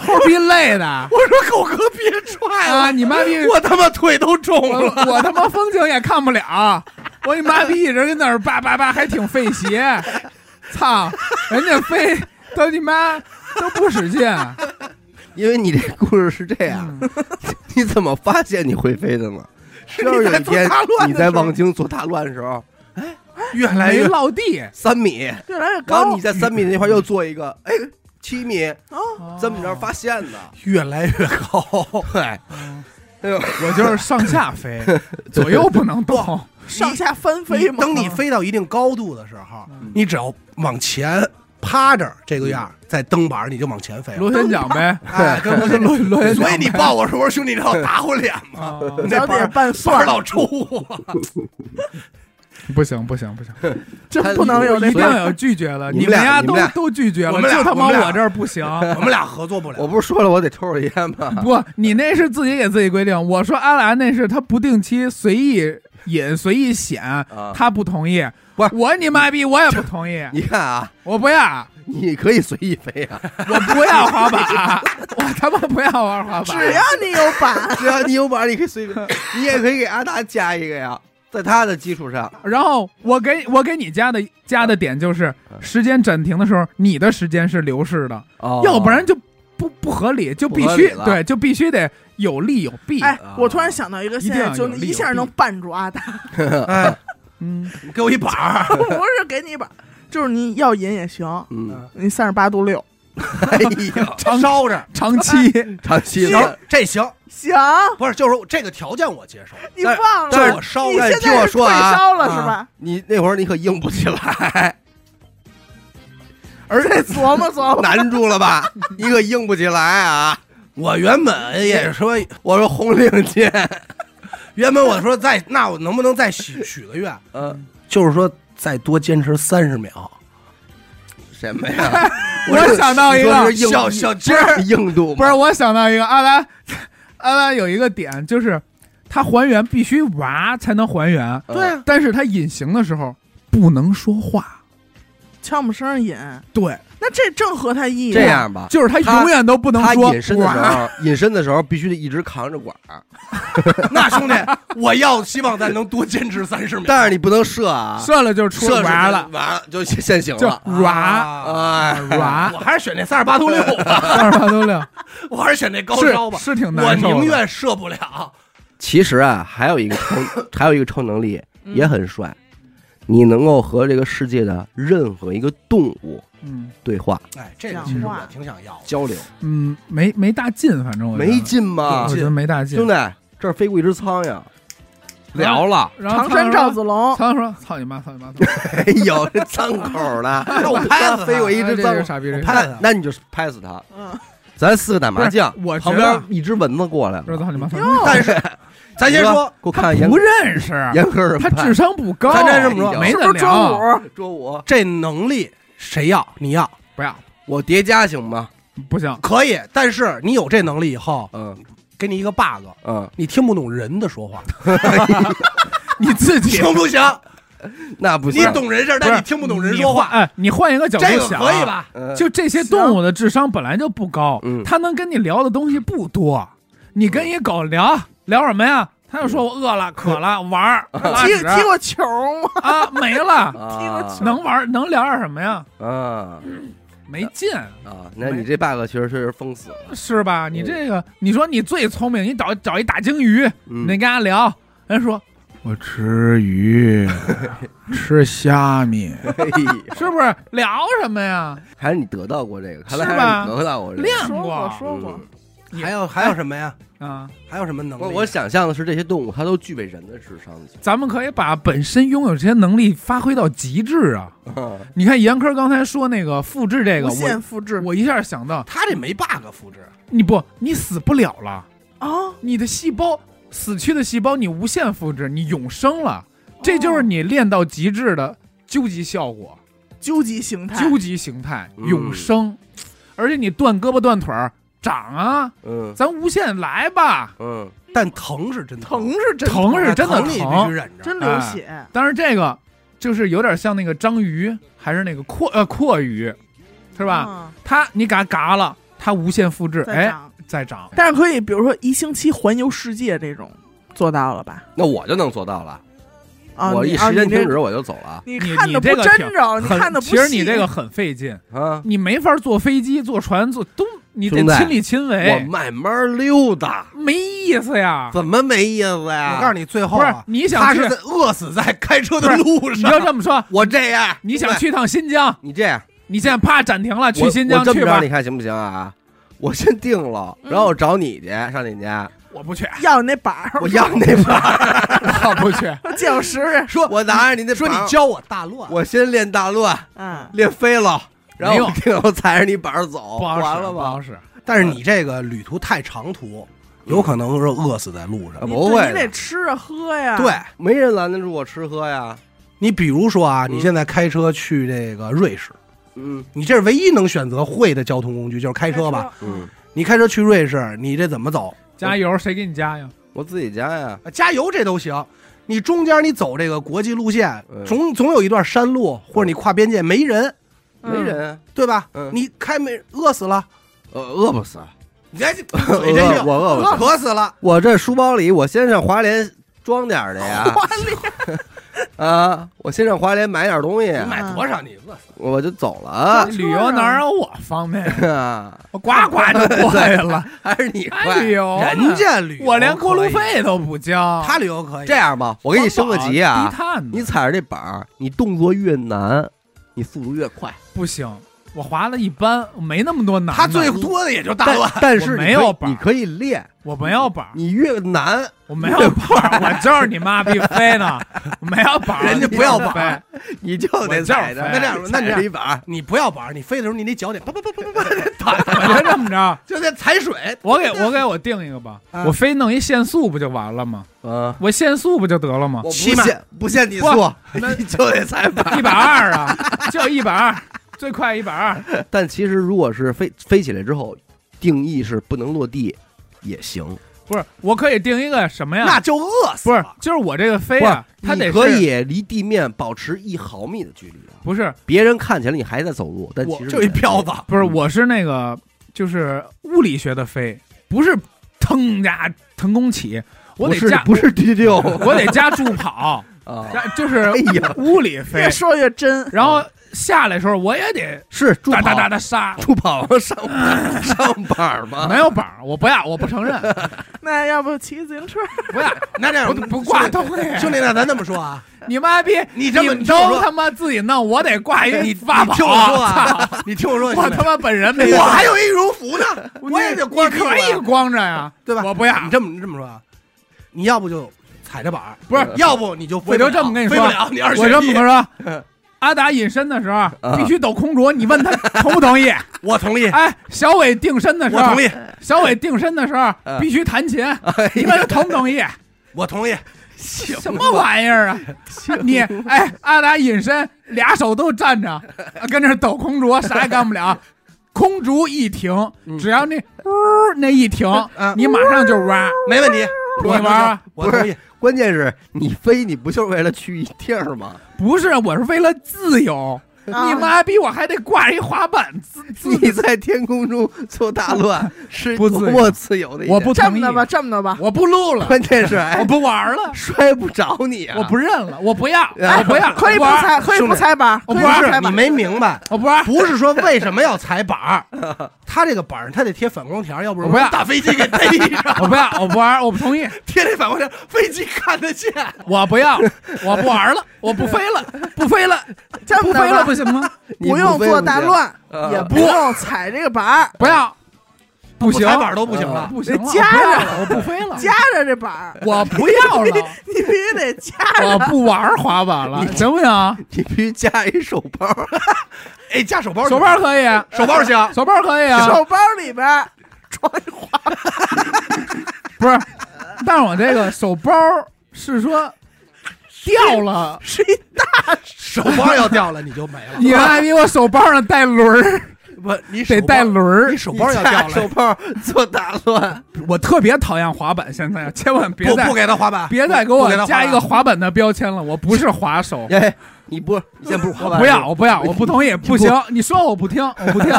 S4: 后逼累的
S2: 我说狗哥别踹
S4: 啊！
S2: 了，
S4: 你妈逼
S2: 我他妈腿都肿
S4: 我
S2: 了。
S4: 我他妈风景也看不了，我你妈逼一直跟那儿叭叭叭，还挺费鞋，操，人家飞都你妈都不使劲，
S1: 因为你这故事是这样，
S2: 嗯
S1: 你怎么发现你会飞的呢？就是有一天你在望京做大乱的时候，
S2: 越来
S4: 没
S2: 越
S4: 落地，
S1: 三米，
S3: 越来越
S1: 然后
S3: 高
S1: 你。在三米那块又做一个，哎，七米，
S3: 哦，
S1: 怎么着发现的？
S2: 越来越高。
S1: 对，哎呦，
S4: 我就是上下飞，左右不能动，
S3: 上下翻
S2: 你
S3: 飞吗？
S2: 等你飞到一定高度的时候，你只要往前趴着这个样儿，再蹬板儿你就往前飞了。
S4: 螺旋桨呗，
S2: 哎，跟螺旋
S4: 螺螺旋桨
S2: 所
S4: 呗，
S2: 以你抱我时候，兄弟，你老打我脸嘛，
S4: 啊，
S2: 你那
S3: 脚
S2: 板
S3: 底
S2: 儿
S3: 拌
S2: 板儿
S3: 蒜，
S2: 老抽我。
S4: 不行不行不行，
S3: 这
S5: 他
S3: 不能有
S4: 一
S3: 那
S4: 定
S3: 个。
S4: 要拒绝了，
S5: 你
S4: 你
S5: 们
S4: 们
S5: 俩
S4: 家
S5: 你
S4: 都
S5: 们俩
S4: 都拒绝
S2: 我
S4: 了，
S2: 们俩
S4: 就他
S2: 我
S4: 妈
S2: 们俩
S4: 我这儿不行。
S2: 我们俩合作不
S1: 我
S2: 了，
S1: 不是说了我得抽会儿烟吗？
S4: 不，你那是自己给自己规定。我说阿兰那是他不定期随意饮随意显，
S1: 啊，
S4: 他不同意。
S1: 不是
S4: 我你妈逼，我也不同意，
S1: 你看啊，
S4: 我不要，
S1: 你可以随意飞啊，
S4: 我不要滑板， 我他妈不要 玩滑板。
S3: 只要你有板，
S1: 只要啊你有本事，你可以随意飞，你也可以给阿达加一个呀，在他的基础上，
S4: 然后我给我给你加的加的点就是
S1: 嗯
S4: 时间暂停的时候，你的时间是流逝的，
S1: 哦
S4: 要不然就不不合理，就必
S1: 不合
S4: 须
S1: 理了
S4: 对，就必须得有利有弊。
S3: 哎
S1: 啊，
S3: 我突然想到一个，现在就一下能绊住阿达，
S2: 哎，
S4: 嗯，
S2: 你给我一板儿，
S3: 不是给你板，就是你要饮也行，
S1: 嗯，
S3: 你三十八度六
S1: 哎呀，
S4: 长
S2: 烧着
S4: 长期
S1: 长期
S2: 行
S1: 的，，
S2: 这行，
S3: 行，
S2: 不是，就是这个条件我接受，
S3: 你忘
S2: 但
S3: 了
S2: 是，我烧
S3: 你
S1: 但是
S3: 现
S1: 听我
S3: 在是
S1: 说
S3: 退
S1: 啊
S3: 烧了
S4: 啊
S3: 是吧？
S1: 你那会儿你可硬不起来，
S3: 而且琢磨 琢磨，
S1: 难住了吧？你可硬不起来啊！
S2: 我原本也说，
S1: 我说红领巾，
S2: 原本我说再，那我能不能再许许个愿？
S1: 嗯，
S2: 就是说再多坚持三十秒，
S1: 什么呀？ 就
S4: 我想到一个
S1: 你说是硬
S2: 小小鸡儿
S1: 硬度吗
S4: 不是，我想到一个阿兰，阿兰有一个点就是，它还原必须娃才能还原，
S1: 对
S3: 啊
S4: 但是它隐形的时候不能说话，
S3: 敲木声饮，
S4: 对，
S3: 那这正合他意。啊
S1: 这，样吧？
S4: 就是它
S1: 啊它
S4: 永远都不能
S1: 他
S4: 说
S1: 隐身的时
S4: 娃，
S1: 候，隐身的时候必须得一直扛着管儿，
S2: 那兄弟，我要希望咱能多坚持三
S5: 嗯
S2: 十秒。
S1: 但是你不能射啊，
S4: 射了就出
S1: 射
S4: 娃
S1: 完
S4: 了，
S1: 完了就现形
S4: 就
S1: 了。
S4: 娃
S1: 哎，
S4: 娃
S2: 我，还是选那三十八度 六吧，
S4: 二八多六
S2: 我还是选那高烧吧
S4: 是。是挺
S2: 我
S4: 难受的，
S2: 宁愿射不了，
S5: 其实啊，还有一个超，还有一个超能力
S3: 嗯
S5: 也很帅，你能够和这个世界的任何一个动物
S4: 嗯
S5: 对话
S2: 哎，这个
S3: 讲
S2: 其实
S3: 话
S2: 我挺想要的。
S5: 交流，
S4: 嗯没没大劲，
S5: 哦
S4: 反正我觉得啊
S1: 没，劲吗
S4: 我？觉得没大劲
S5: 兄。弟，这儿飞过一只苍蝇，
S4: 然
S5: 啊聊
S4: 后
S5: 了，
S4: 然后
S3: 长山赵子龙，
S4: 苍蝇说：“操你妈，操你妈！”操
S1: 哎呦，这脏口 呢！
S2: 那 我拍死
S1: 飞过
S4: 你
S1: 一
S5: 啊
S4: 妈哎这
S1: 只
S4: 就
S1: 脏
S4: 是
S1: 口，
S4: 傻逼
S2: 我
S4: 人。
S2: 拍死他！
S1: 那你就拍死他。
S3: 嗯，
S1: 咱四个打麻将
S4: 不，是我觉
S1: 旁
S4: 得
S1: 边一只蚊子过来
S4: 说
S1: 了，
S4: 操你妈，操你妈
S3: 哟，
S2: 但是，咱先说，
S1: 给我看严
S4: 不认识，啊
S1: 严科是
S4: 他智商不高，
S2: 咱这么说
S4: 没
S3: 是
S4: 得
S3: 不是
S4: 聊。
S3: 周五？
S1: 啊捉我，
S2: 这能力谁要？你要
S4: 不要，
S1: 我叠加行吗？
S4: 不行，
S2: 可以，但是你有这能力以后，
S1: 嗯
S2: 给你一个 bug，
S1: 嗯，
S2: 你听不懂人 的说话，
S4: 你自 己
S2: 行不行？
S1: 那不
S2: 你
S1: 行，
S2: 懂人事儿，但
S4: 不
S2: 你
S4: 是
S2: 听不懂人说话，
S4: 哎，你换一个角度
S2: 这个
S4: 想，啊
S2: 可以？吧？
S1: 嗯
S4: 就这些动物的智商本来就不高
S1: 嗯，
S4: 它能跟你聊的东西不多。你跟一狗聊聊什么呀？它就说我饿了、渴了、玩儿、
S1: 嗯
S4: 拉
S3: 踢
S4: 屎
S3: 踢过球吗？
S4: 啊，没了，
S1: 啊
S4: 能玩儿能聊点什么呀？
S1: 啊
S4: 没劲，
S1: 啊！那你这 bug 其实是封死了，
S4: 是吧？你这个，你说你最聪明，你找找一大鲸鱼，
S1: 嗯
S4: 你跟他聊，人家说我 吃鱼，吃虾米，
S1: 嘿
S4: 是不是聊什么呀？
S1: 还是你得到过这个，看来
S4: 是吧
S1: 还是你得到过这个。
S4: 练
S3: 说
S4: 过
S3: 过说过，
S4: 你
S2: 还有还有什么呀？
S4: 啊，
S2: 还有什么能力？
S1: 我我想象的是这些动物，它都具备人的智商。
S4: 咱们可以把本身拥有这些能力发挥到极致 啊！你看严科刚才说那个复制这个，
S3: 无限
S4: 我
S3: 复制
S4: 我一下想到，
S2: 他这没 bug 复制，
S4: 你不，你死不了了，
S3: 啊！
S4: 你的细胞死去的细胞你无限复制，你永生了，
S3: 哦
S4: 这就是你练到极致的究极效果。
S3: 究极形态，
S4: 究极形态，
S1: 嗯
S4: 永生，而且你断胳膊断腿儿长啊，
S1: 嗯
S4: 咱无限来吧。
S1: 嗯，
S2: 但疼是真
S3: 疼啊是真
S4: 疼是真的
S2: 你必须
S4: 疼，
S2: 忍着。
S3: 真流血，
S4: 当然这个就是有点像那个章鱼，还是那个阔呃阔鱼，是
S3: 是
S4: 吧？？它你嘎嘎了，它无限复制，
S3: 再
S4: 哎，
S3: 嗯长，
S4: 再嗯长。
S3: 但是可以，比如说一星期环游世界这种做到了吧？
S1: 那我就能做到了。
S3: 啊，
S1: 我一
S3: 你啊
S1: 时间
S3: 你这
S1: 停止我就走了
S3: 你
S4: 你
S3: 看
S4: 你
S3: 的
S4: 这
S3: 不
S4: 个挺
S3: 真着，你
S4: 很
S3: 看的不
S4: 其实你
S3: 细
S4: 这个很费劲，
S1: 啊！
S4: 你没法坐飞机、坐船、坐都，你得
S1: 兄弟
S4: 亲力亲
S1: 我
S4: 为，
S1: 慢慢溜达，
S4: 没意思呀。
S1: 怎么没意思呀？
S2: 我告诉你，最后
S1: 哦
S4: 不是
S2: 啊，
S4: 你
S2: 他
S4: 想去
S2: 是，在饿死在开车的路
S4: 你就
S2: 上。
S4: 这么说，
S1: 我这样，
S4: 你
S1: 兄
S4: 想
S1: 弟
S4: 去趟新疆，
S1: 你这样，
S4: 你现在啪暂停了， 去
S1: 我
S4: 新疆
S1: 我这
S4: 去
S1: 么着
S4: 吧
S1: 你。看行不行啊？我先定了，
S3: 嗯
S1: 然后我找你去，上 你家，
S4: 我 不去，
S3: 要你那板儿，
S1: 我要那把，
S4: 我不 去。
S3: 我借我 十日，
S1: 说我拿着你那把，
S2: 说你教我大乱，
S1: 我先练大乱，
S3: 嗯，
S1: 练飞了，然后我顶头踩着你板儿走，
S4: 不好使，
S1: 完了
S4: 不
S1: 吧
S4: 好？使。
S2: 但是你这个旅途太长途，有可能是饿死在路上。
S1: 嗯
S3: 你
S1: 不
S3: 对
S1: 会
S3: 你
S1: 的
S3: 得吃啊喝呀。
S2: 对
S1: 没人拦得住我吃喝呀。
S2: 你比如说啊，
S1: 嗯
S2: 你现在开车去这个瑞士，
S1: 嗯
S2: 你这是唯一能选择会的交通工具，就是开
S3: 开
S2: 车吧。，
S1: 嗯，
S2: 你开车去瑞士，你这怎么走？
S4: 加油，谁给你加呀？
S1: 我自己家呀。
S2: 啊加油这都行。你中间你走这个国际路线
S1: 嗯，
S2: 总总有一段山路，或者你跨边界没人，
S3: 嗯
S1: 没。人，
S2: 对吧
S1: 嗯？
S2: 你开没饿死了，
S1: 呃，饿不死，
S2: 你这
S1: 饿
S2: 嘴真硬，
S1: 我饿不死。
S2: 渴死了。
S1: 我这书包里，我先上华联装点儿的呀，
S3: 花脸
S1: 啊，我先上华联买点儿东西
S2: 你
S1: 呀，
S3: 嗯
S2: 买多少你饿死了？
S1: 我就走了
S4: 旅游哪有我方便？
S1: 啊。
S4: 我呱呱就过去了，
S1: 还是你
S4: 还旅
S1: 快。
S4: 游呢？
S2: 哎哦人家旅游
S4: 哎我连过路
S2: 可以，
S4: 费啊都不交，
S2: 他旅游可以
S1: 这样吧，我给你升个级
S4: 环保
S1: 啊
S4: 低，碳
S1: 你
S4: 呢
S1: 踩着这板儿，你动作越难，你速度越快。
S4: 不行，我滑的一般，我没那么多难的。
S2: 他最多的也就大
S1: 但
S2: 乱。
S1: 但是你
S4: 没有
S1: 可以
S4: 板儿
S1: 你可以练，
S4: 我没有板儿，
S1: 你越难，
S4: 我没有板 儿，我就是你妈逼飞呢，我没有板儿，
S2: 人家不要板儿
S4: 飞，
S1: 你就
S4: 我
S1: 得
S4: 就是
S1: 踩着。
S4: 飞
S2: 那这样 那这样
S1: 一板儿，
S2: 你不要板儿，你飞的时候你那脚得啪啪啪啪啪啪，
S4: 我就这么着。
S2: 就得踩水。
S4: 我给我给我定一个吧，
S2: 啊
S4: 我非弄一限速不就完了吗？
S1: 嗯，
S4: 我限速不就得了吗
S1: 我？不
S2: 起码
S1: 限不限你速，
S4: 那
S1: 你就得踩板儿。
S4: 一百二啊，就一百二，最快一百二。
S1: 但其实如果是飞飞起来之后，定义是不能落地也行，
S4: 不是，我可以定一个什么呀？
S2: 那就饿死
S4: 不是
S2: 了。，
S4: 就是我这个飞
S1: 不是
S4: 啊，它得
S1: 你可
S4: 是，
S1: 以离地面保持一毫米的距离啊。
S4: 不是
S1: 别人看起来你还在走路，但其
S2: 我
S1: 实
S2: 就一
S1: 飘
S2: 彪子，
S4: 不是，
S1: 嗯
S4: 我是那个就是物理学的飞，不是腾加腾空起，我
S1: 不
S4: 得
S1: 是
S4: 加
S1: 不是丢丢
S4: 我得加助 跑，
S1: 啊，
S4: 加就是
S1: 哎呀，
S4: 物理飞
S3: 越，说越真，
S4: 然后下来的时候我也得
S1: 是助
S4: 哒哒哒
S1: 跑
S4: 哒杀，
S1: 助跑上上 板儿吗？
S4: 没有板儿，我不要，我不承认，
S3: 那要不骑自行车？
S4: 不 要，
S2: 那这
S4: 我
S2: 样
S4: 不挂头盔，
S2: 兄弟，那咱这么说啊，
S4: 你妈逼，
S2: 你这么
S4: 们
S2: 你听我
S4: 都
S2: 说
S4: 他妈自己弄，我得挂一发
S2: 你
S4: 跑，
S2: 听我说啊
S4: 操，
S2: 你听我说，
S4: 我他妈本人没有，
S2: 我还有一羽绒服呢，我也得光
S4: 你可以光着呀，
S2: 对吧？
S4: 我不要，
S2: 你这么你这么说啊，你要不就踩着板儿，
S4: 不是
S2: 要不你就
S4: 我
S2: 飞不
S4: 就
S2: 了
S4: 这么跟你说，
S2: 飞不了，你二
S4: 我
S2: 选
S4: 这么
S2: 一啊
S4: 跟你 说，阿达隐身的时候必须抖空竹，你问他同不同 意？
S2: 我同意，
S4: 哎，小伟定身的时
S2: 我
S4: 候
S2: 同，意，
S4: 小伟定身的时候
S1: 嗯
S4: 必须弹琴，
S1: 哎
S4: 你问他同不同 意？
S2: 我同意，
S4: 什么玩意儿啊！你哎，阿达隐身，俩手都站 着，啊跟那儿抖空竹，啥也干不了。空竹一停，
S2: 嗯
S4: 只要那呜那一停，
S2: 啊
S4: 你马上就哇，
S2: 没问题，
S4: 你
S2: 我
S4: 玩
S2: 同意
S4: 儿。
S2: 我
S1: 不
S2: 同
S1: 是
S2: 意，
S1: 关键是你飞，你不就是为了去一地儿 吗？
S4: 不是，我是为了自由。
S3: 啊
S4: 你妈逼，我还得挂一滑板 自自
S1: 你在天空中做大乱，是
S4: 不
S1: 多
S4: 自由
S1: 么自由的一件！
S4: 我不
S3: 这
S4: 同
S3: 么
S4: 意，
S3: 的吧，这么的吧，
S4: 我不录了，
S1: 关键是
S4: 我
S1: 哎，
S4: 不玩了，
S1: 摔不着你啊！
S4: 我不认了，我不要，
S1: 哎
S4: 啊我不要，
S3: 可以不
S4: 我玩，
S3: 踩，可以不踩板，
S4: 我
S3: 可以
S4: 不
S3: 踩
S2: 是你
S3: 板。
S2: 没明白，
S4: 我不玩，
S2: 不是说为什么要踩板儿，他这个板儿他得贴反光条，要不然
S4: 我不要
S2: 大飞机给逮上，
S4: 我不要，我不玩，我不同意，
S2: 贴那反光条，飞机看得见。
S4: 我不要，我不玩了，我不飞了，不飞了，
S3: 这
S4: 不
S3: 么
S4: 飞了
S3: 的
S4: 不
S3: 吧，
S4: 行吗？
S1: 你
S3: 不用
S1: 飞
S3: 做大
S1: 行，
S3: 乱，
S1: 呃
S3: 也不用踩这个板儿，
S4: 不要，不行，
S2: 踩板儿都不行了。
S4: 不行了，
S3: 夹着
S4: 我不要了我不飞 了，
S3: 夹着这板儿，
S4: 我不要了，
S3: 你必须得夹
S4: 我
S3: 着。
S4: 哦不玩滑板了，行不行？
S1: 你必须加一手包。
S2: 哎，加手包，
S4: 手包可以，
S2: 手包行，
S4: 手包可以啊，
S3: 手包里边儿装一花，
S4: 不是，但是我这个手包是说掉了。
S3: 是一
S2: 手包要掉了你就没 了。
S4: 你还比我手包上带轮儿，
S2: 不，你手
S4: 得
S2: 包
S4: 带轮儿
S2: 你。手包要掉
S1: 加
S2: 了
S1: 手，包做大 乱，
S4: 我特别讨厌滑板，现在千万别
S2: 不
S4: 再
S2: 不给他滑板，
S4: 别再给
S2: 不
S4: 我
S2: 给他滑
S4: 加
S2: 板
S4: 一个滑板的标签了，我不是滑手。
S1: 哎，你不你先不是滑板
S4: 不要，我不要，我不同意，不行！你说我不听，我 不听，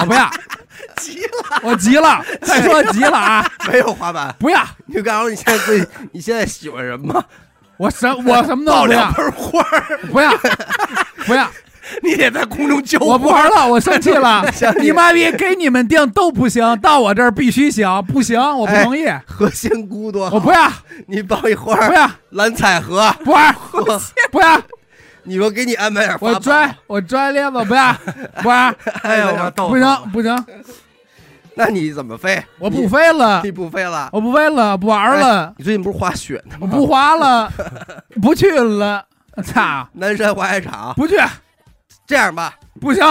S4: 我不要，
S2: 急了，
S4: 我急了，再说急了啊！
S1: 没有滑板，
S4: 不要，
S1: 你就告诉我你现在最你现在喜欢什么？
S4: 我 什我什么都
S2: 爆
S4: 不
S2: 两
S4: 要，
S2: 盆花儿，
S4: 不要，不 要，
S2: 你得在空中浇
S4: 我不
S2: 花。
S4: 玩了，我生气了
S1: 想，你
S4: 你妈逼，给你们定都不行，到我这儿必须行，不行，我不同意，
S2: 哎
S1: 何仙姑多好，
S4: 我不要，
S1: 你抱一花儿
S4: 不要，
S1: 蓝采和，
S4: 不 玩，不要。
S1: 你说给你安排点儿法宝
S4: 我拽，我拽链子，不要，不要，
S2: 哎呀，我逗
S4: 不行不行，
S1: 那你怎么飞？
S4: 我不飞了
S1: 你，，你不飞了。哎
S4: 我不飞了，不玩了，
S1: 你最近不是滑雪呢
S4: 我
S1: 吗？
S4: 不滑了，不去了，操，
S1: 南山滑雪场
S4: 不去，
S1: 这样吧，
S4: 不行，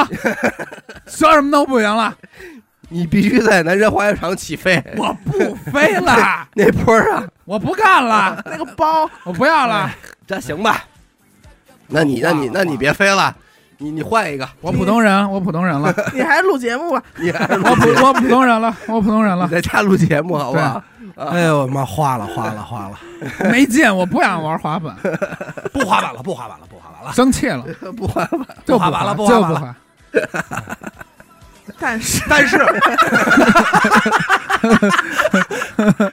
S4: 说什么都不行了，
S1: 你必须在南山滑雪场起飞，
S4: 我不飞了，
S1: 那坡儿啊，
S4: 我不干了，
S3: 那个包，
S4: 我不要了，
S1: 这行吧？那你那你那你别飞了，你你换一个，
S4: 我普通人，我普通人了，
S3: 你还录节目吧？啊
S1: 你 还是
S4: 我普我普通人了，我普通人
S1: 你
S4: 了，
S1: 在家录节目好不好？
S2: 哎呦我妈，花了花了花了，
S4: 没劲，我不想玩滑板，
S2: 不滑板了，不滑板了，不滑板了。
S4: 生气了，
S1: 不滑板，
S4: 就
S2: 不滑
S4: 就
S2: 了不
S4: 不
S2: 滑了
S4: 滑
S3: 但是
S2: 但是，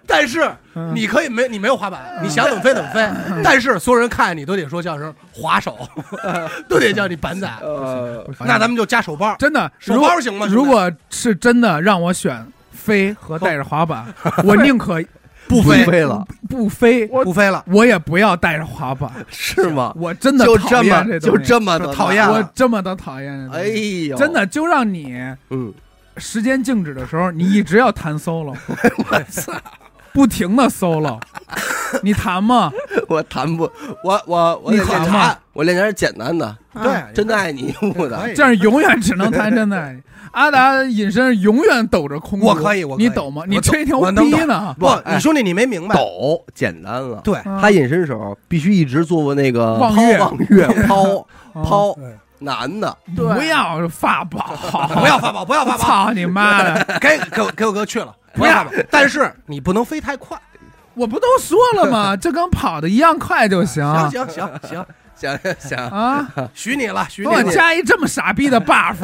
S2: 但是你可以没你没有滑板，你想怎么飞怎么飞。但是所有人看见你都得说叫声滑手，都得叫你板仔。
S1: 呃，
S4: 不滑
S2: 那咱们就加手包，
S4: 真的，
S2: 手
S4: 如果
S2: 包行吗兄弟
S4: 如果是真的让我选飞和带着滑 板，我宁可
S2: 不
S1: 不
S2: 飞
S1: 飞了，
S4: 不飞，
S2: 不飞了。
S4: 我也不要带着滑 板。
S1: 是吗？
S4: 我真的
S1: 就
S4: 讨
S1: 这
S4: 厌
S1: 么
S4: 东
S1: 就
S4: 西
S1: 这么的
S2: 讨厌
S4: 我
S1: 了，
S4: 这么的讨厌这东
S1: 哎
S4: 西，
S1: 呦，
S4: 真，的就让你
S1: 嗯，
S4: 时间静止的时候，你一直要弹 solo，不停的 solo，你弹吗？
S2: 哎
S1: 我弹不，我我我
S4: 你哎
S1: 得练
S4: 弹
S1: 啥
S4: 吗？
S1: 我练点简单的，
S2: 对，
S1: 真的爱你木的
S2: 可，以
S4: 这样永远只能弹真 的。阿达隐身永远抖着空竹，
S2: 我可以我可以
S4: 你抖吗？你
S2: 我抖
S4: 吹牛
S2: 我能
S4: 逼
S2: 抖
S4: 呢？
S2: 不，
S1: 哎
S2: 你兄弟你没明白。
S1: 抖简单了。
S2: 对，
S4: 嗯
S1: 他隐身手必须一直做那个
S4: 望
S1: 抛
S4: 月
S1: 望 月抛
S4: 嗯
S1: 抛
S2: 嗯
S1: 男的，
S3: 对
S4: 不要发宝，
S2: 不要发宝，不要发宝，
S4: 操你妈的！
S2: 该给我给我哥去了，不要发宝。但是你不能飞太快。
S4: 我不都说了吗？这跟跑的一样快就行
S2: 行
S4: 啊！
S2: 行行行，
S1: 想 想
S4: 给
S2: 许你了，许你
S4: 我
S2: 了。
S4: 加一这么傻逼的 buff，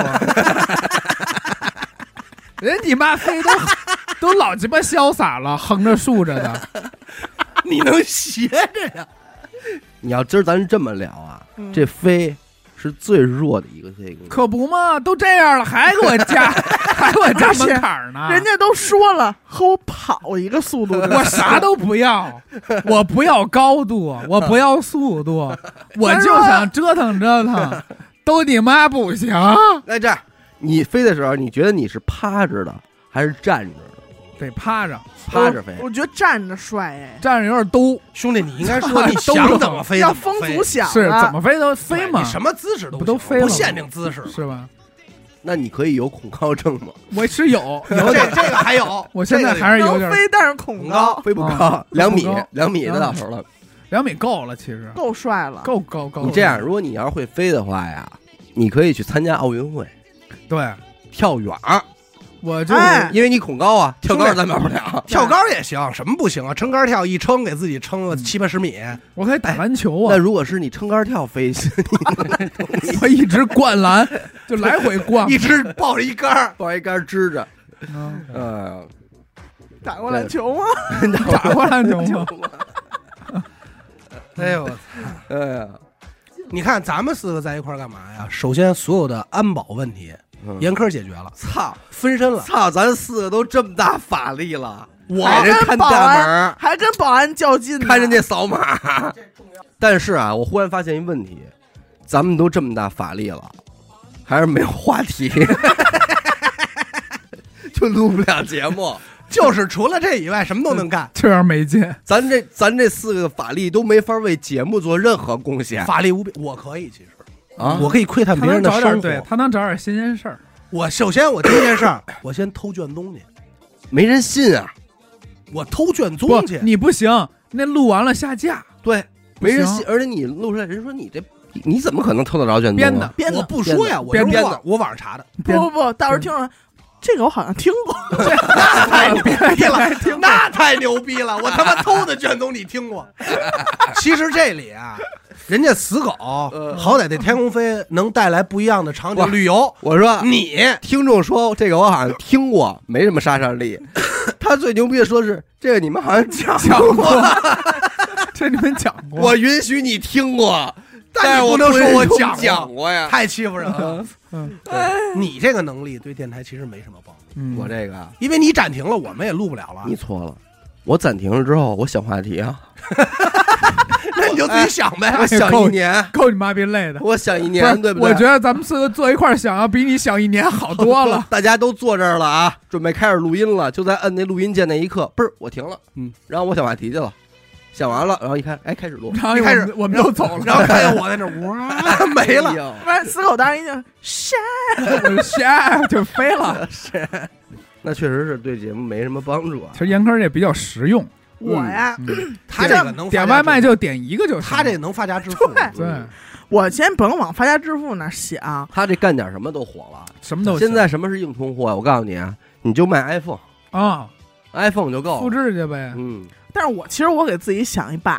S4: 人你妈飞都都老鸡巴潇洒了，横着竖着的，
S2: 你能斜着呀？
S4: 嗯
S1: 你要今儿咱这么聊啊，这飞是最弱的一个这个，
S4: 可不嘛？都这样了，还给我加， 还给我加门槛儿呢？
S3: 人家都说了和我跑一个速度的，
S4: 我啥都不要，我不要高度，我不要速度，我就想折腾折腾，都你妈不行。
S1: 那这样你飞的时候，你觉得你是趴着的还是站着的？
S4: 得趴着，
S1: 趴着飞
S3: 我，我觉得站着帅哎，
S4: 站着有点兜，
S2: 兄弟，你应 该说你想怎么飞
S3: 要
S2: 怎么
S3: 风
S2: 飞
S3: 足响
S4: 是
S3: 了
S4: 怎么飞都飞
S2: 对
S4: 嘛
S2: 你，什么姿势都
S4: 不都
S2: 行
S4: 飞了
S2: 不
S4: 吗
S2: 限定姿势。
S4: 是吧？
S1: 那你可以有恐高症吗？
S4: 我是有 有
S2: 这
S4: 点，
S2: 这个还有
S4: ，我现在
S2: 这个
S4: 还是有
S3: 能
S4: 点
S3: 飞，但是恐高，
S1: 飞不
S4: 啊
S1: 高，两米
S4: 不高，
S1: 两米的到头了。
S4: 两米够了，其实
S3: 够帅了。
S4: 够够够。
S1: 你这样，如果你要是会飞的话呀，你可以去参加奥运会
S4: 对
S1: 跳远儿，
S4: 我就
S3: 哎
S1: 因为你恐高啊，跳高
S2: 兄弟
S1: 咱玩不了。
S2: 跳高也行，什么不行啊？撑杆跳一撑，给自己撑
S4: 嗯
S2: 个七八十米，
S4: 我可以打篮球
S1: 那
S4: 啊，
S1: 如果是你撑杆跳飞，。
S4: 我一直灌篮，就来回灌
S2: 一。直抱着一杆儿
S1: 抱一杆支着，
S4: 嗯
S1: 呃，
S3: 打过篮球吗？
S4: 打过篮球吗？。
S2: 哎呦，
S1: 哎呀，
S2: 你看咱们四个在一块儿干嘛呀？首先，所有的安保问题
S1: 嗯
S2: 严苛解决了，
S1: 操
S2: 分身了。
S1: 操，咱四个都这么大法力了，
S2: 我
S1: 还人看
S3: 跟保
S1: 大门
S3: 安
S1: 儿，
S3: 还跟保安较劲呢，
S1: 看人家扫码。 但是啊，我忽然发现一问题，咱们都这么大法力了，还是没有话题， 就录不了节目。
S2: 就是除了这以外，什么都能干
S4: 这样没 劲，
S1: 咱这咱这四个法力都没法为节目做任何贡
S4: 嗯
S1: 献
S2: 法力无边，我可以，其实
S1: 啊！
S2: 我可以窥探
S4: 他
S2: 别人
S4: 能
S2: 的
S4: 找点
S2: 生
S4: 对
S2: 活。
S4: 他能找点新鲜事儿。
S2: 我首先，我第一件事儿，我先偷卷宗去，
S1: 没人信啊，
S2: 我偷卷宗
S4: 不
S2: 去，。
S4: 你不行，那录完了下架，
S1: 对，
S4: 不
S1: 没人
S4: 行
S1: 信，而且你录出来，人说你这你怎么可能偷得着卷宗、啊？
S4: 编的，
S3: 编
S2: 我
S3: 的。
S2: 不说呀，我
S4: 编
S2: 是
S4: 的
S2: 网我网上查的。
S3: 不不不，到时候听
S4: 嗯
S3: 着，这个我好像听过。
S2: 那太牛逼了，那太牛逼了！我他妈偷的卷宗你听过？ 其实这里啊，人家死狗
S4: 呃
S2: 好歹这天空飞能带来不一样的场
S1: 哇
S2: 景旅游。
S1: 我说
S4: 嗯
S2: 你
S1: 听众说这个我好像听过，没什么杀伤 力。他最牛逼的说是这个你们好像讲
S4: 讲过， 这你们讲过。
S1: 我允许你听过，但
S2: 但
S1: 是
S2: 你不
S1: 我
S2: 能说我
S1: 允许
S2: 讲过
S1: 讲过呀。
S2: 太欺负人了。
S4: 嗯
S2: 你这个能力对电台其实没什么帮助，
S4: 嗯，
S1: 我这个啊
S2: 因为你暂停了，我们也录不了了
S1: 你。错了，我暂停了之后，我想话题啊，
S2: 那你就自己想呗。
S1: 我想一年，
S4: 哎够你妈逼累的。
S1: 我想一
S4: 不是
S1: 年，对不对？。
S4: 我觉得咱们四个坐一块儿想，要比你想一年好多了
S1: 大家都坐这儿了啊，准备开始录音了，就在摁那录音键那一刻，嘣儿，我停了，
S2: 嗯，
S1: 然后我想话题去了，想完了，然后一看，哎，开始 录，
S4: 然后我
S2: 一开始
S4: 们我们都走了，
S2: 然后看见我在 那儿哇没了
S1: 哎，呦。
S3: 不然死狗当时一定删，
S4: 我们下就飞了。
S1: 那确实是对节目没什么帮助啊
S4: 其。实严科也比较实用，
S3: 我呀，
S4: 嗯
S2: 他这个能发家
S4: 点外卖
S2: 致
S4: 就点一个就
S2: 富
S4: 行
S2: 他这能发家致富，
S3: 对
S4: 对
S3: 我先甭往发家致富那儿想，
S1: 他这干点什么都火了。啊
S4: 什么都行
S1: 现在什么是硬通货呀？我告诉你啊，你就卖 iPhone，iPhone
S4: 啊，
S1: 就够
S4: 复
S1: 了。
S4: 制去呗。
S1: 嗯
S3: 但是我其实我给自己想一 bug，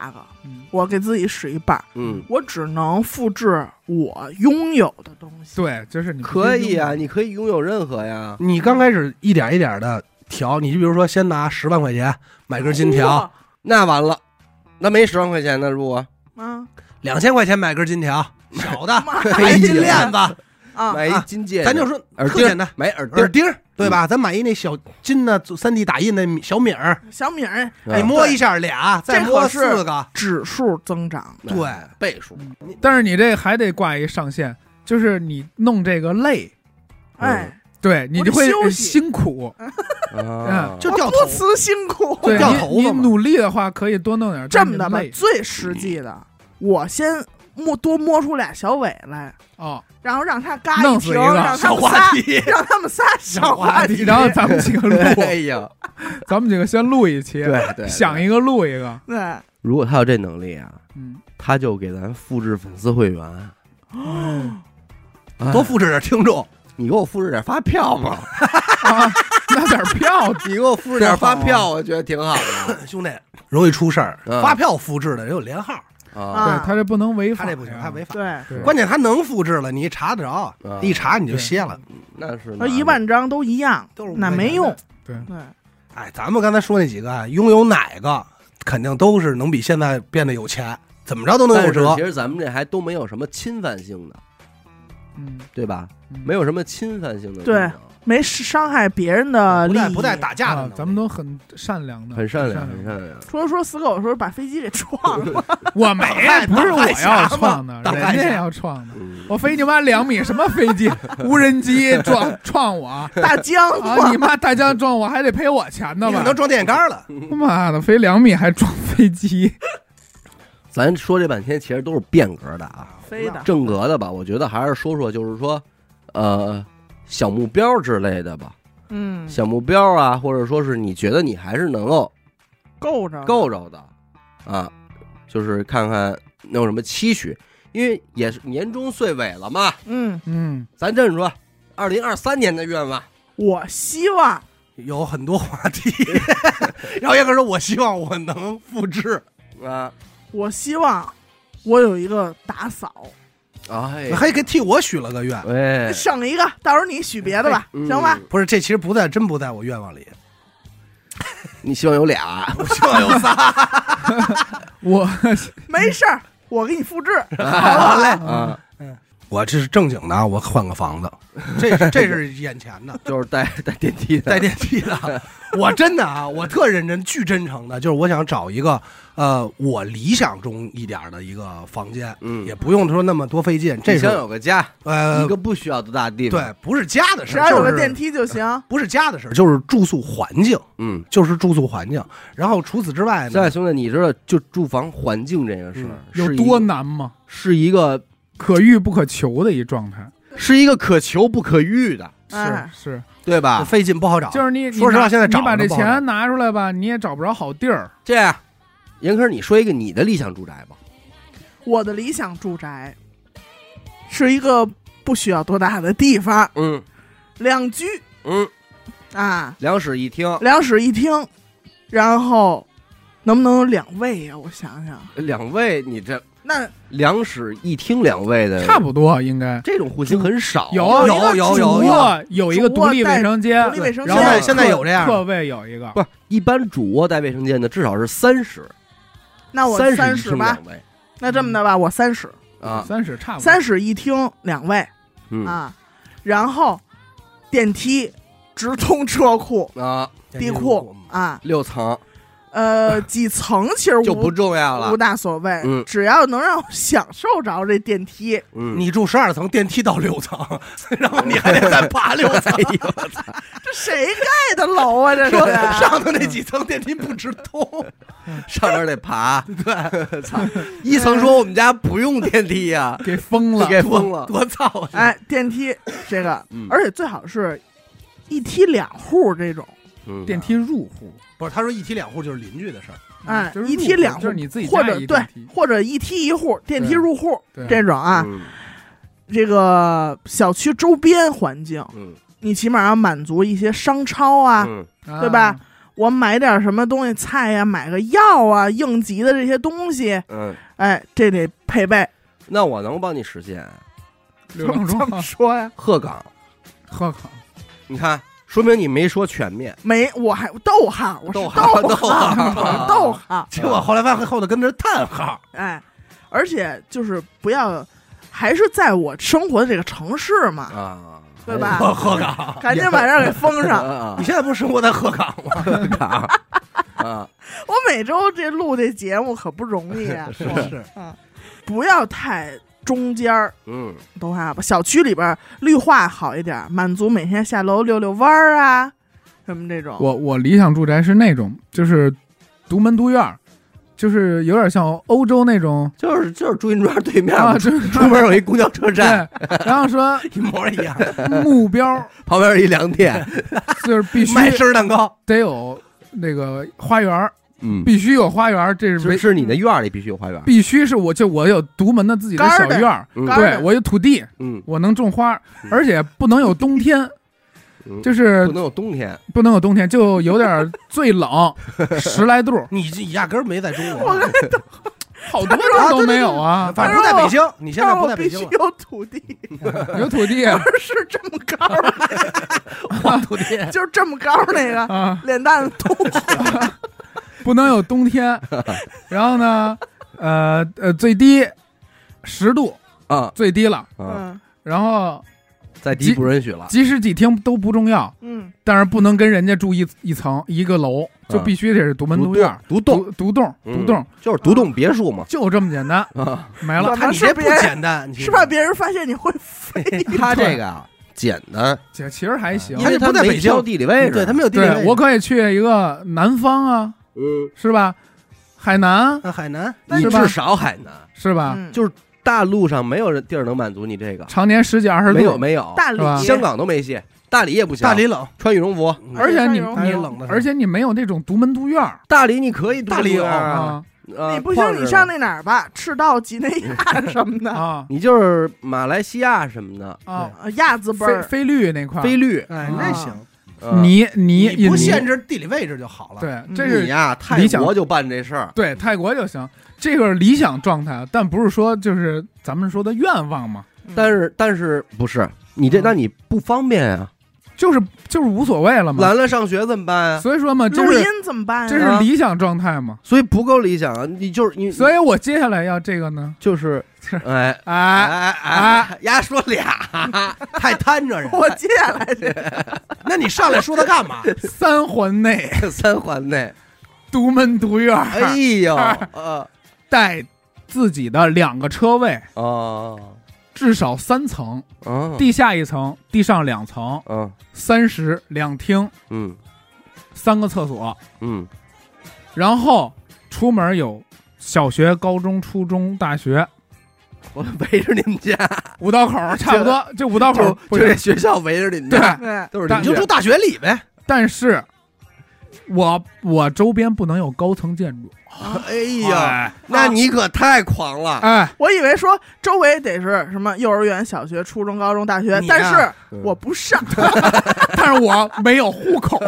S4: 嗯
S3: 我给自己使一 bug，
S1: 嗯，
S3: 我只能复制我拥有的东西。
S4: 对，就是你
S1: 可以啊，
S4: 啊，
S1: 你可以拥有任何呀。
S2: 你刚开始一点一点的调，你就比如说先拿十万块钱买根金条，
S3: 哇，
S1: 那完了，那没十万块钱的入啊，
S3: 啊
S2: 两千块钱买根金条，小的
S3: 妈
S2: 买
S3: 呀
S2: 一金链子，
S3: 啊，
S1: 买一金戒指，
S2: 咱就说
S1: 耳
S2: 特
S1: 钉
S2: 简单，，
S1: 买耳钉
S2: 耳，钉儿对吧？咱买一那小金的三 D 打印的小米儿，
S3: 小米儿
S1: 嗯
S2: 你哎摸一下俩，再
S3: 这
S2: 摸
S3: 可是
S2: 四个，
S3: 指数增长，
S1: 买
S2: 对
S1: 倍数，
S4: 但是你这还得挂一上限，就是你弄这个累，
S2: 嗯
S3: 哎，
S4: 对你
S3: 我
S4: 就
S3: 得
S4: 会
S3: 休息
S4: 辛苦。
S1: 啊，
S2: 就
S3: 我
S2: 掉
S3: 不
S2: 头
S3: 辞辛苦。
S4: 对
S2: 掉
S4: 你
S2: 头发
S4: 你
S2: 嘛
S4: 努力的话，可以多弄点 儿。
S3: 这
S4: 但
S3: 么
S4: 是
S3: 的吧
S4: 累，
S3: 最实际的，我先摸多摸出俩小尾来，
S4: 哦，
S3: 然后让他嘎
S4: 弄死
S3: 停，
S4: 一个
S3: 让他
S2: 小
S3: 们
S2: 话
S3: 仨，。
S2: 题
S3: 让他们仨上话题，
S4: 然后咱们几个 录，
S1: 哎呀，
S4: 咱们几个先录一期，
S1: 对对，
S4: 想一个录一个。
S3: 对，
S1: 如果他有这能力啊，
S4: 嗯，
S1: 他就给咱复制粉丝会员，哎
S2: 多复制点听众，
S1: 你给我复制点发票嘛，
S4: 啊，那点儿 票
S1: 你给我复制点发票，我觉得挺好的。
S2: 兄弟容易出事儿。
S1: 嗯
S2: 发票复制的人有连号，
S1: 啊，
S3: 啊
S4: 对他这不能违法
S2: 他
S4: 呀，
S2: 这不行，他违法。
S3: 对，
S4: 对
S2: 关键他能复制了，你查得着
S1: 嗯，
S2: 一查你就歇了。
S1: 那是
S3: 那一万张都一样
S2: 嗯都是，五
S3: 那
S2: 块
S3: 没
S2: 钱
S3: 用
S2: 的。
S4: 对
S3: 对，
S2: 哎，咱们刚才说那几个啊，拥有哪个肯定都是能比现在变得有钱，怎么着都能有
S1: 但是
S2: 辙
S1: 其。实咱们这还都没有什么侵犯性的，
S4: 嗯，
S1: 对吧？
S4: 嗯
S1: 没有什么侵犯性的，
S3: 对，没伤害别人的
S2: 不
S3: 利
S2: 带
S3: 益。
S2: 不带打架的
S4: 啊
S2: 能力，
S4: 咱们都很善良的，
S1: 很善良，很
S4: 很
S1: 善良。
S3: 除了说死狗的时候把飞机给撞了，
S4: 我没，不是我要创的，
S2: 挡
S4: 人
S2: 害侠嘛
S4: 家要创的。
S1: 嗯，
S4: 我飞你妈两米，什么飞 机？无人机撞 撞我啊！
S3: 大疆
S4: 你妈大疆撞我还得赔我钱呢
S2: 你可
S4: 吧嗯
S2: 能？装电线杆了。
S4: 他妈的，飞两米还撞飞机，
S1: 咱说这半天其实都是变革的啊，
S3: 飞的，
S1: 正格的吧？我觉得还是说说，就是说，呃，小目标之类的吧，
S3: 嗯，
S1: 小目标啊，或者说是你觉得你还是能够
S3: 够着，
S1: 够着的啊，就是看看能有什么期许，因为也是年终岁尾了嘛。
S3: 嗯，
S4: 嗯，
S1: 咱这么说，二零二三年的愿望，
S3: 我希望
S2: 有很多话题， 然后严哥说：“我希望我能复制。
S1: 啊，
S3: 我希望我有一个打扫，
S1: 哎”
S2: 还给替我许了个愿，
S1: 喂，
S3: 省一个，到时候你许别的吧，
S1: 嗯
S3: 行吧？
S2: 不是这其实不在，真不在我愿望里。
S1: 你希望有俩，啊
S2: 我希望有仨。
S4: 我
S3: 没事儿，我给你复制。
S2: 好嘞，
S1: 啊，
S2: 我这是正经的啊，我换个房子，这是这是眼前的。
S1: 就是带 带电梯的，
S2: 带电梯的。我真的啊，我特认真、巨真诚的，就是我想找一个呃，我理想中一点儿的一个房间，
S1: 嗯
S2: 也不用说那么多费劲。这
S1: 你
S2: 是
S1: 想有个家，
S2: 呃
S1: 一个，不需要多大的地方，
S2: 对，不是家的
S3: 只
S2: 事儿，
S3: 要啊有
S2: 就
S3: 个电
S2: 是
S3: 梯就行。
S2: 不是家的事儿，就是住宿环境，
S1: 嗯。
S2: 就是住宿环境。然后除此之外
S1: 现在
S2: 呢，
S1: 兄弟，你知道就住房环境这个事儿
S2: 嗯
S4: 有
S1: 是一
S4: 多
S1: 个
S4: 难吗？
S1: 是一个
S4: 可遇不可求的一状态，
S1: 是一个可求不可遇的，
S3: 哎
S4: 是是，
S1: 对吧？
S2: 费劲不好找。
S4: 就是你
S2: 啊说实
S4: 你
S2: 话
S4: 拿
S2: 现在找
S4: 你把
S2: 着
S4: 这
S2: 不好找
S4: 钱拿出来吧，你也找不着好地儿。
S1: 这样，严科，你说一个你的理想住宅吧。
S3: 我的理想住宅是一个不需要多大的地方，
S1: 嗯
S3: 两居
S1: 嗯，
S3: 啊，
S1: 两室一厅，
S3: 两室一厅，然后能不能有两卫啊呀、我想想，
S1: 两位，你这
S3: 那
S1: 两室一厅两位的，
S4: 差不多应该
S1: 这种户型很少。
S4: 有
S2: 有
S4: 一个
S2: 有
S4: 主
S2: 有有
S4: 卧有一个
S3: 主
S4: 独
S3: 卧
S4: 立
S3: 带
S4: 卫生间
S3: 独，立卫生
S4: 然
S3: 间
S4: 后
S2: 现在
S4: 客
S2: 现在有这样的
S4: 客卫有一个，
S1: 不，一般主卧带卫生间的至少是三室，
S3: 那我
S1: 三
S3: 三
S1: 一
S3: 室
S1: 厅
S3: 吧
S1: 两，卫
S3: 那这么的吧，我三室，
S1: 啊，
S4: 三室嗯差不多，
S3: 三室一厅两卫
S1: 嗯
S3: 啊，然后电梯直通车库、
S1: 啊，
S4: 嗯
S3: 地库啊，
S1: 六层，
S3: 呃几层其 实
S1: 就不
S3: 无
S1: 重要
S3: 无
S1: 了。
S3: 大所谓，
S1: 嗯
S3: 只要能让我享受着这电 梯，
S1: 嗯，
S2: 你住十二层，电梯到六层， 然后你还得再爬六层，
S3: 这谁盖的楼啊？这是
S2: 说上头那几层电梯不直通。
S1: 上面得 爬。对， 操！一层说我们家不用电梯呀，
S4: 给封了，
S2: 哎
S1: 给封了。
S2: 多操！
S3: 哎，电梯这个，
S4: 嗯
S3: 而且最好是一梯两户这种，
S1: 嗯
S4: 电梯入户，
S2: 不是，他说一梯两户就是邻居的事儿，
S3: 哎，
S4: 嗯就是
S3: 一
S4: 入
S3: 梯
S4: 户
S3: 两户，
S4: 就是你自己
S3: 或
S4: 家
S3: 者
S4: 一
S3: 对
S4: 电梯，
S3: 或者一梯一户，电梯
S4: 对
S3: 入户
S4: 对
S3: 这种啊，
S1: 嗯
S3: 这个小区周边环境，
S1: 嗯
S3: 你起码要满足一些商超啊，
S1: 嗯
S4: 啊
S3: 对吧？我买点什么东西，菜呀、买个药啊，应急的这些东西，
S1: 嗯，
S3: 哎，这得配备。
S1: 那我能帮你实现。
S4: 刘郎中
S1: 说呀，鹤岗，
S4: 喝口，
S1: 你看，说明你没说全面。
S3: 没，我还逗号，我是
S1: 逗号
S3: 号，
S1: 逗号
S3: 逗号，
S2: 结果后来发现后头跟着叹号，
S3: 哎，而且就是不要，还是在我生活的这个城市嘛，
S1: 啊，
S3: 对吧
S2: 我鹤岗，
S3: 赶紧把这儿给封上。
S1: 啊
S2: 你现在不是生活在鹤岗 吗？
S1: 鹤岗 啊，
S3: 我每周这录这节目可不容易 啊，
S2: 是是，
S3: 不要太中间儿，
S1: 嗯
S3: 懂哈吧？小区里边儿绿化好一点儿，满足每天下楼遛遛弯儿啊，什么这种。
S4: 我我理想住宅是那种，就是独门独院儿，就是有点像欧洲那种
S1: 就是就是朱印庄对面
S4: 啊，
S1: 嘛
S4: 就是
S1: 出门有一公交车
S4: 对
S1: 站，。
S4: 然后说
S2: 一模一 样，
S4: 目标
S1: 旁边有一粮店，
S4: 就是必须
S2: 卖生日蛋糕，
S4: 得有那个花园儿，
S1: 嗯，
S4: 必须有花园儿，这是
S1: 是
S4: 唯
S1: 是你的院儿里必须有花园，
S4: 必须是我就我有独门的自己的小院儿，
S1: 嗯
S3: 杆儿
S4: 对
S3: 的
S4: 我有土地，
S1: 嗯，
S4: 我能种花，
S1: 嗯
S4: 而且不能有冬天
S1: 嗯，
S4: 就是
S1: 不能有冬天，
S4: 不能有冬天，就有点 儿最冷，十来度，
S2: 你这压根儿没在中国
S3: 我，跟你
S4: 好多人都没有啊，
S2: 反正不在北京，你现在不
S3: 说，
S2: 在
S3: 我
S2: 北
S3: 必
S2: 京
S3: 须
S2: 了，
S3: 有土地，
S4: 有土 地
S3: 不是这么高儿，
S2: 黄土地，
S3: 就是这么高儿那 个
S4: 啊，
S3: 脸蛋子凸起来。
S4: 不能有冬天。然后呢，呃呃，最低十度，
S1: 啊
S4: 最低了。
S1: 啊，
S3: 嗯
S4: 然后
S1: 再低不允许了，
S4: 几室几厅都不重要，
S3: 嗯，
S4: 但是不能跟人家住一一层一个楼，就必须得是独门独院儿、
S1: 啊独栋
S4: 独独栋、
S1: 嗯
S4: 独栋，
S1: 就是独栋别墅嘛，
S4: 就这么简单，
S1: 啊，
S4: 没了。
S2: 他你这不简单，你
S3: 是怕别人发现你会飞。
S1: 他这个啊简单，
S4: 姐其实还行
S2: 因，为
S1: 啊因为
S2: 不在
S1: 没
S2: 北京嗯
S1: 挑地理位置，
S2: 对他没有地理位
S4: 对
S2: 置
S4: 我可以去一个南方啊，
S1: 嗯，
S4: 是吧？海南
S2: 啊海南，
S1: 你
S4: 是吧
S1: 至少海南，
S4: 是吧？
S3: 嗯
S1: 就是大陆上没有人地儿能满足你这个，
S4: 常年十几二十
S1: 没有
S4: 度，
S1: 没有，
S3: 大理
S4: 是吧，
S1: 香港都没戏，大理也不行，
S2: 大理冷，
S1: 穿羽绒服，
S4: 而且你
S3: 哎呦
S2: 大理
S4: 你
S2: 冷的时候
S4: 而且你没有那种独门独院儿
S1: 大理你可以独
S2: 大
S1: 栋
S2: 理有
S1: 院儿啊，
S4: 啊
S1: 啊
S3: 你不行，你上。
S1: 矿
S3: 那哪儿吧，赤道、几内亚什么的，
S4: 啊
S1: 你就是马来西亚什么 的，
S4: 啊！
S3: 呃亚字辈
S4: 菲
S3: 儿。
S4: 菲律那块儿
S1: 菲律，
S2: 哎，
S4: 啊
S2: 那行，
S1: 嗯
S4: 你你
S2: 你
S4: 印
S2: 不
S4: 尼
S2: 限制地理位置就好了。
S4: 对，这
S1: 你
S4: 是
S1: 呀，泰
S4: 理想
S1: 国就办这事儿，
S4: 对泰国就行，这个是理想状态，但不是说就是咱们说的愿望嘛，
S1: 嗯但是但是不是你这，
S4: 嗯
S1: 那你不方便啊？
S4: 就是就是无所谓了嘛。
S1: 懒了上学怎么办啊？
S4: 所以说嘛，这
S3: 录音
S4: 是
S3: 怎么办呀？
S4: 这是理想状态嘛。
S1: 所以不够理想啊！你就是你，
S4: 所以我接下来要这个呢，
S1: 就是
S4: 是
S1: 哎
S4: 哎，
S1: 哎哎，丫说俩，
S2: 太 贪着 人。
S3: 我接下来这
S2: 那你上来说他干 嘛？
S4: 三环内
S1: 三环内，
S4: 独门独院儿，
S1: 哎 呦，呃
S4: 带自己的两个车位，
S1: 哦
S4: 至少三层，
S1: 哦，
S4: 地下一层，地上两层，
S1: 嗯
S4: 三室两厅，
S1: 嗯
S4: 三个厕所，
S1: 嗯
S4: 然后出门有小学、高中、初中、大学
S1: 我围着你们家，
S4: 五道口儿，差不多这五道口
S1: 就
S4: 儿不
S1: 就这学校围着你们
S4: 对，
S1: 家，
S3: 对，
S1: 都是
S4: 但
S1: 邻
S2: 你
S1: 居
S2: 就住大学里呗。
S4: 但是我我周边不能有高层建筑。
S1: 哎呀，那你可太狂了！
S4: 哎，
S3: 我以为说周围得是什么幼儿园、小学、初中、高中、大学
S2: 你，
S3: 但
S2: 呀
S3: 是
S4: 嗯
S3: 我不上，
S4: 但是我没有户口，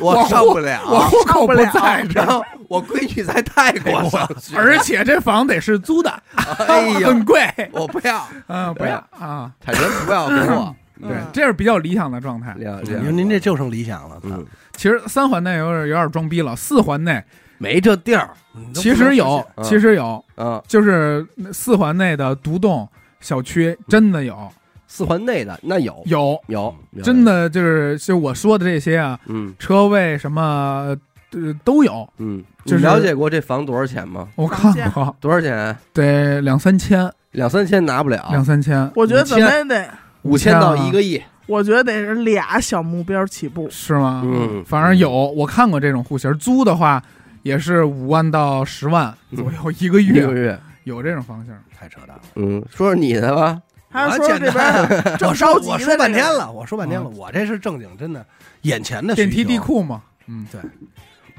S1: 我上不了，
S4: 我户
S3: 上
S4: 口
S3: 不了
S4: 在这
S1: 然
S4: 儿，
S1: 后我闺女在泰国上学，
S4: 而且这房得是租的，
S1: 哎呀
S4: 很，贵。
S1: 我不要，
S4: 嗯，不要啊，
S1: 产权不要给我。
S4: 对
S3: 嗯，
S4: 这是比较理想的状态。
S1: 两
S2: 您您这就剩理想了。
S1: 嗯，
S4: 其实三环内有点有点装逼了，四环内
S1: 没这地儿，
S2: 嗯
S4: 其实有，
S1: 嗯
S4: 其实有，
S1: 嗯，
S4: 就是四环内的独栋小
S1: 嗯
S4: 区真的有，
S1: 四环内的那有
S4: 有
S1: 有，
S4: 真，的就是就我说的这些啊，
S1: 嗯
S4: 车位什么呃都有。
S1: 嗯，你
S4: 就是
S1: 了解过这房多少钱吗？
S4: 我看过，
S1: 多少钱？
S4: 得两三千，
S1: 两三千拿不
S4: 两
S1: 了，
S4: 三千，啊
S3: 我觉得怎
S1: 五
S3: 么
S1: 千
S3: 也得，
S1: 五千到一个亿。
S3: 我觉得得是俩小目标起步。
S4: 是吗？
S1: 嗯
S4: 反正有，我看过这种户型，租的话也是五万到十万左右一个
S1: 一个
S4: 月，
S1: 月，
S4: 有这种房型。
S2: 太扯淡了。
S1: 嗯，说说你的吧，
S3: 还是
S2: 我
S3: 说
S2: 简
S3: 这边
S2: 单，
S3: 正着
S2: 我说
S3: 急
S2: 我
S3: 的
S2: 说半
S3: 这个
S2: 天了，我说半天了，我这是正经，真的眼前的需
S4: 电梯
S2: 求
S4: 地。库嘛，嗯，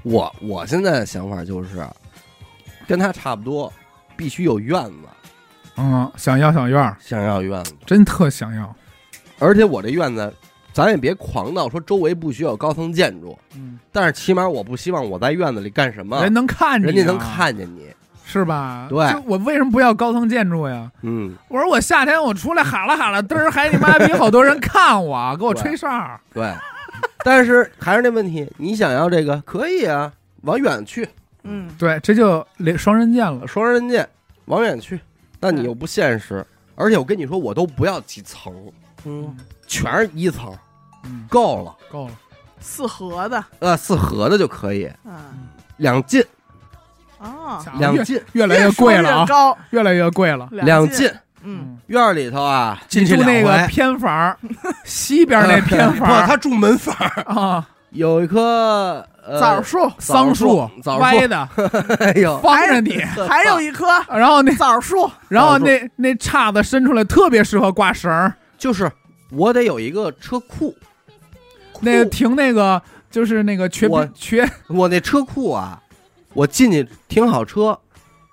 S1: 我我现在的想法就是，跟他差不多，必须有院子，
S4: 嗯，想要小院儿，
S1: 想要院子，
S4: 真特想要。
S1: 而且我这院子，咱也别狂到说周围不需要高层建筑，
S4: 嗯，
S1: 但是起码我不希望我在院子里干什么，
S4: 人能看你啊，
S1: 人家能看见你，
S4: 是吧？
S1: 对
S4: 就我为什么不要高层建筑呀？
S1: 嗯，
S4: 我说我夏天我出来喊了喊了，嘚儿还你妈逼好多人看我，啊给我吹哨。
S1: 对。 但是还是那问题，你想要这个可以啊，往远去，
S3: 嗯，
S4: 对，这就连双刃剑了。
S1: 双刃剑，往远去，但你又不现实。而且我跟你说，我都不要几层，
S2: 嗯，
S1: 全是一层，
S4: 嗯，
S1: 够了，
S4: 够了。
S3: 四合的，
S1: 呃，四合的就可以，
S3: 嗯
S1: 两进
S3: 哦，
S4: 啊
S1: 两
S4: 越
S1: 进
S4: 越来越贵了
S3: 越说越
S4: 啊，
S3: 高，
S4: 越来越贵了。
S1: 两
S3: 进
S1: 进，
S3: 嗯，
S1: 院儿里头啊，
S2: 进去
S4: 住
S2: 两
S4: 那个
S2: 回
S4: 偏房儿，西边那偏
S2: 不，
S4: 房儿
S2: 他住门房，
S4: 啊，
S1: 有一棵呃
S3: 枣树，
S1: 枣
S4: 桑
S1: 树
S4: 树，
S1: 枣
S4: 歪
S1: 树，
S4: 的，
S1: 哎 呦，
S4: 方着你。
S3: 还有一棵
S4: 然后那，
S3: 枣树，
S4: 然后那那叉子伸出来特别适合挂绳儿，
S1: 就是我得有一个车库，
S4: 那个
S1: 库
S4: 停那个就是那个瘸
S1: 我
S4: 逼瘸，
S1: 我那车库啊，我进去停好车，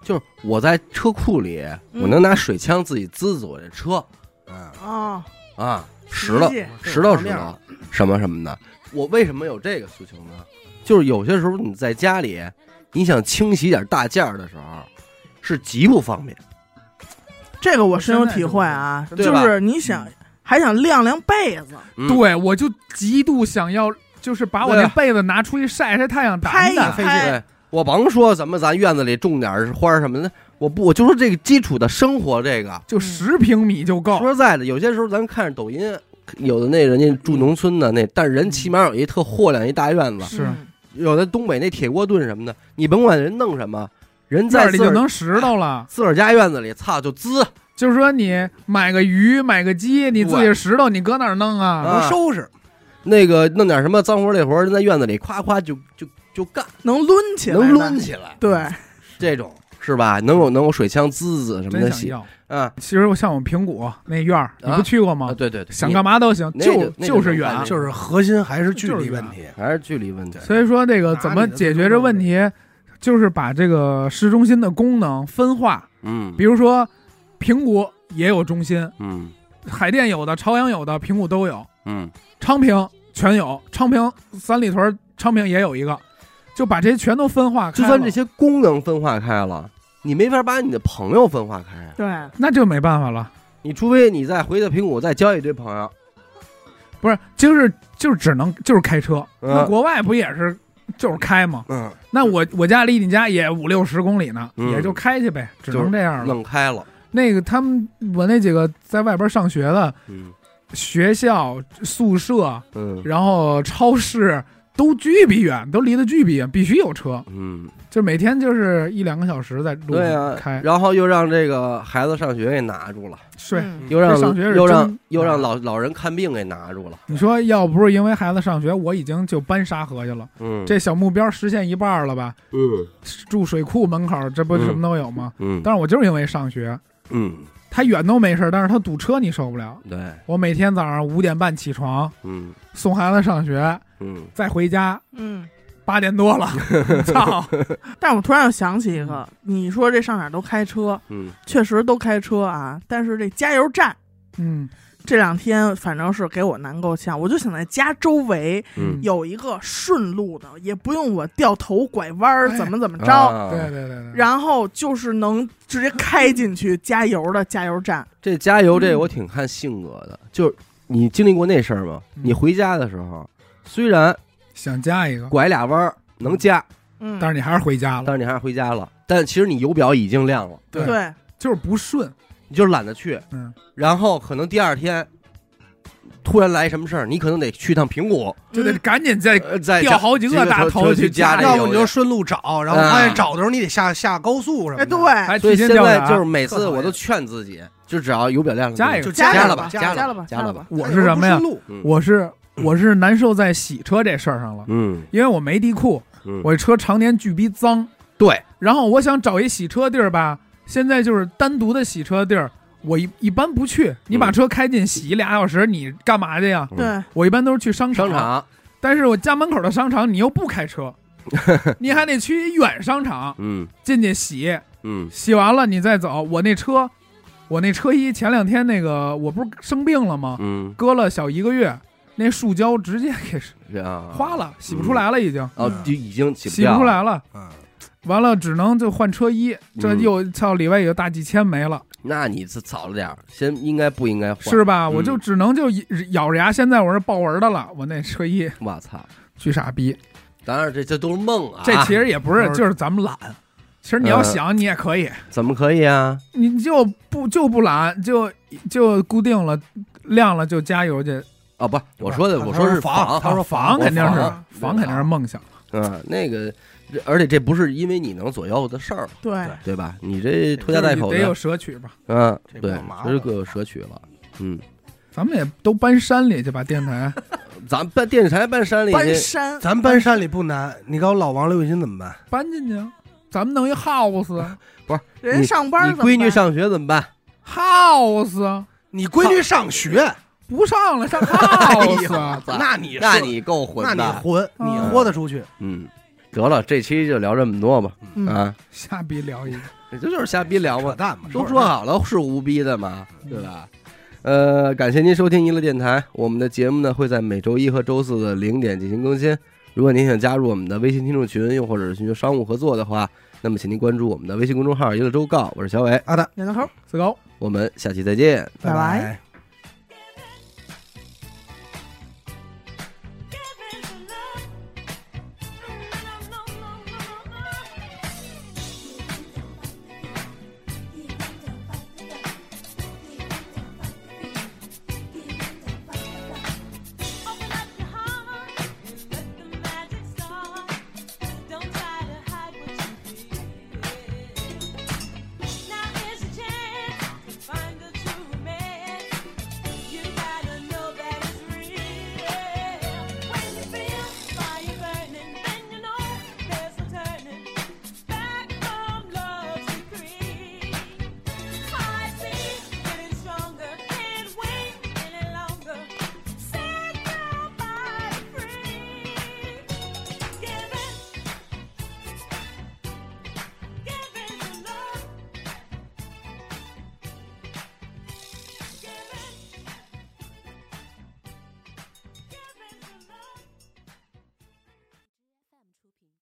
S1: 就是我在车库里，
S3: 嗯
S1: 我能拿水枪自己滋滋我这车
S2: 嗯，
S3: 哦，
S1: 啊，石头
S3: 理解
S1: 石头石
S2: 这有画
S1: 头什么什么的。我为什么有这个诉求呢？就是有些时候你在家里，你想清洗点大件儿的时候，是极不方便。
S3: 这个我深有体会啊，
S1: 对
S3: 就
S1: 吧
S3: 是你想还想晾晾被子，
S1: 嗯
S4: 对我就极度想要，就是把我
S1: 对
S4: 那
S1: 啊
S4: 被子拿出去晒晒太阳，
S3: 拍
S4: 掸
S3: 一
S4: 掸。
S3: 拍，
S1: 对我甭说咱们咱院子里种点儿花儿什么的，我不我就说这个基础的生活这个，
S4: 就十平米就够
S1: 说，实在的，有些时候咱看着抖音，有的那人家住农村的那，但人起码有一特豁亮一大院子，
S4: 是
S3: 嗯
S1: 有的东北那铁锅炖什么的，你甭管人弄什么，人
S4: 院
S1: 在
S4: 儿里
S1: 自个
S4: 就
S1: 儿
S4: 能拾掇了。
S1: 自个儿家院子里，操就滋，
S4: 就是说你买个鱼，买个鸡，你自己拾掇，你搁哪儿弄啊？
S1: 啊
S2: 能收拾，
S1: 那个弄点什么脏活累活，人在院子里夸夸就就就干，
S3: 能抡起来，
S1: 能抡，起来，
S3: 对，
S1: 这种是吧？能有能有水枪滋滋什么
S4: 真
S1: 的
S4: 想
S1: 洗
S4: 要。
S1: 啊
S4: 其实我像我们平谷那院儿，你
S1: 啊
S4: 不去过吗
S1: 啊！？对对对，
S4: 想干嘛都行，
S1: 那就那就
S4: 就是
S1: 能干
S4: 远。
S2: 啊就是核心还是距
S4: 啊就是
S2: 离
S4: 远
S2: 问题。
S1: 还是距离问题，
S4: 所以说这个怎么解决这问题，就是把这个市中心的功能分化，
S1: 嗯
S4: 比如说平谷也有中心，
S1: 嗯
S4: 海淀有的，朝阳有的，平谷都有，
S1: 嗯
S4: 昌平全有，昌平三里屯昌平也有一个，就把这些全都分化开
S1: 就
S4: 了，
S1: 算这些功能分化开了，你没法把你的朋友分化开啊。
S3: 对，
S4: 那就没办法了。
S1: 你除非你再回到平谷再交一堆朋友，
S4: 不是，就是就是只能就是开车。
S1: 嗯
S4: 那国外不也是就是开吗？
S1: 嗯，
S4: 那我我家离你家也五六十公里呢，
S1: 嗯
S4: 也就开去呗，只
S1: 就是
S4: 能这样了。
S1: 弄开了，
S4: 那个他们我那几个在外边上学的
S1: 嗯
S4: 学校、宿舍，
S1: 嗯
S4: 然后超市都巨比远，都离得巨比远，必须有车，
S1: 嗯，
S4: 就每天就是一两个小时在路
S1: 对
S4: 上
S1: 啊
S4: 开、，
S1: 然后又让这个孩子上学给拿住了，
S4: 睡。
S3: 嗯
S1: 又让
S4: 这上学是真
S1: 又让又让
S4: 难
S1: 老老人看病给拿住了，
S4: 你说要不是因为孩子上学，我已经就搬沙河去了。
S1: 嗯，
S4: 这小目标实现一半了吧？
S1: 嗯
S4: 住水库门口，这不
S1: 嗯
S4: 什么都有吗？
S1: 嗯
S4: 但是我就是因为上学，
S1: 嗯，
S4: 它远都没事儿，但是它堵车你受不了。
S1: 对，
S4: 我每天早上五点半起床，
S1: 嗯
S4: 送孩子上学，
S1: 嗯
S4: 再回家
S3: 嗯。
S4: 八点多 了，操！
S3: 但我突然又想起一个，你说这上哪儿都开车，
S1: 嗯
S3: 确实都开车啊。但是这加油站
S4: 嗯
S3: 这两天反正是给我难够呛，我就想在家周围
S1: 嗯，
S3: 有一个顺路的，也不用我掉头拐弯儿，
S4: 哎
S3: 怎么怎么着，
S1: 啊
S4: 对对对对，
S3: 然后就是能直接开进去加油的加油站。
S1: 这加油
S4: 嗯
S1: 这我挺看性格的，就是你经历过那事儿吗？
S4: 嗯
S1: 你回家的时候，虽然
S4: 想加一个，
S1: 拐俩弯儿能加，
S3: 嗯，
S4: 但是你还是回家了，
S1: 但是你还是回家了，但其实你油表已经亮了。
S4: 对
S3: 对，
S4: 就是不顺。
S1: 你就懒得去，
S4: 嗯，
S1: 然后可能第二天突然来什么事儿，你可能得去趟平谷，
S4: 就
S3: 嗯
S4: 得赶紧再
S1: 呃，再
S4: 哎掉好几个大头
S1: 去
S4: 去
S1: 家
S4: 家
S1: 里
S4: 里
S1: 有
S2: 啊要
S1: 人，
S2: 不你就顺路找，然后
S1: 啊
S2: 发现找的时候你得下下高速什么
S3: 哎，
S2: 的。
S3: 对，
S4: 还
S1: 所
S4: 提
S1: 以
S4: 心
S1: 现
S4: 吊
S1: 在
S4: 胆。啊
S1: 就是每次我都劝自己，就只要有表量
S4: 加一个
S2: 就
S3: 加
S1: 加
S3: 了
S1: 了
S3: 吧
S1: 加
S3: 加
S1: 了
S3: 吧，
S1: 加
S3: 了
S1: 了吧，
S4: 我是什么呀
S2: 顺？路
S4: 我是我是难受在洗车这事儿上了，
S1: 嗯
S4: 因为我没地库，
S1: 嗯，
S4: 我这车常年巨逼脏。
S1: 对，
S4: 然后我想找一洗车地儿吧，现在就是单独的洗车地儿，我一一般不去。你把车开进洗俩小时，你干嘛去呀？
S1: 嗯
S3: 对，
S4: 我一般都是去商场。
S1: 商场，
S4: 但是我家门口的商场你又不 开车，你还得去远商场
S1: 嗯
S4: 进去洗，
S1: 嗯
S4: 洗完了你再走。我那车，我那车衣前两天那个我不是生病了吗？
S1: 嗯，
S4: 搁了小一个月，那塑胶直接给
S1: 这样
S4: 花了，洗不出来了已经，
S1: 哦，就已经啊洗
S4: 洗
S1: 掉
S4: 不出
S1: 了，
S4: 来了。
S2: 嗯，
S4: 完了，只能就换车衣，这
S1: 嗯
S4: 又操里外也就大几千没了，
S1: 那你是早了点儿，先应该不应该换？
S4: 是吧？
S1: 嗯
S4: 我就只能就一咬着牙，现在我是豹纹的了，我那车衣
S1: 我操！
S4: 巨傻逼。
S1: 当然，这这都是梦啊！
S4: 这其实也不是，
S2: 啊
S4: 就是咱们懒。其实你要
S1: 呃
S4: 想，你也可以，
S1: 怎么可以啊？
S4: 你就不就不懒，就就固定了，亮了就加油去。
S1: 啊，不是，我说的，
S2: 他
S1: 我
S2: 说
S1: 是
S2: 房他
S1: 说
S2: 说
S4: 房
S1: 我
S4: 肯定是
S1: 房
S4: 房肯定是梦想，
S1: 嗯，那个，这而且这不是因为你能左右的事儿，
S3: 对
S2: 对，
S1: 对吧？你这拖家
S4: 就是
S1: 带
S4: 你
S1: 口
S4: 得有
S1: 的，
S4: 舍取吧。
S1: 嗯，
S2: 这不
S1: 对
S2: 麻，烦
S1: 这是各有舍取了。嗯，
S4: 咱们也都搬山里去吧，电台
S1: 咱办电视台办山里
S3: 搬
S1: 去，
S3: 山，
S2: 咱搬山里不难，你告诉老王刘雨欣怎么办？
S4: 搬进去啊，咱们弄一 house，house
S3: 人家上班儿
S1: 你
S3: 怎么
S1: 闺女
S3: 办
S1: 上学怎么办？
S4: 啊
S2: 你闺女上学，
S4: 不上 了，上
S1: 哎呀
S4: house。
S2: 那你
S1: 那
S2: 是
S1: 你够混
S2: 那
S1: 的，
S2: 你混，你豁得出去？
S1: 嗯，得了，这期就聊这么多吧。
S3: 嗯
S1: 啊，
S4: 瞎逼聊一个，
S1: 这就是瞎逼聊
S2: 扯
S1: 嘛，
S2: 淡嘛，啊
S1: 都说好了是无逼的嘛，对吧？
S2: 嗯
S1: 呃，感谢您收听娱乐电台，我们的节目呢会在每周一和周四的零点进行更新。如果您想加入我们的微信听众群，又或者是寻求商务合作的话，那么请您关注我们的微信公众号“娱乐周告”，我是小伟，
S2: 阿达，
S3: 闫德猴，
S4: 子高。
S1: 我们下期再见。
S3: 拜拜
S2: 拜。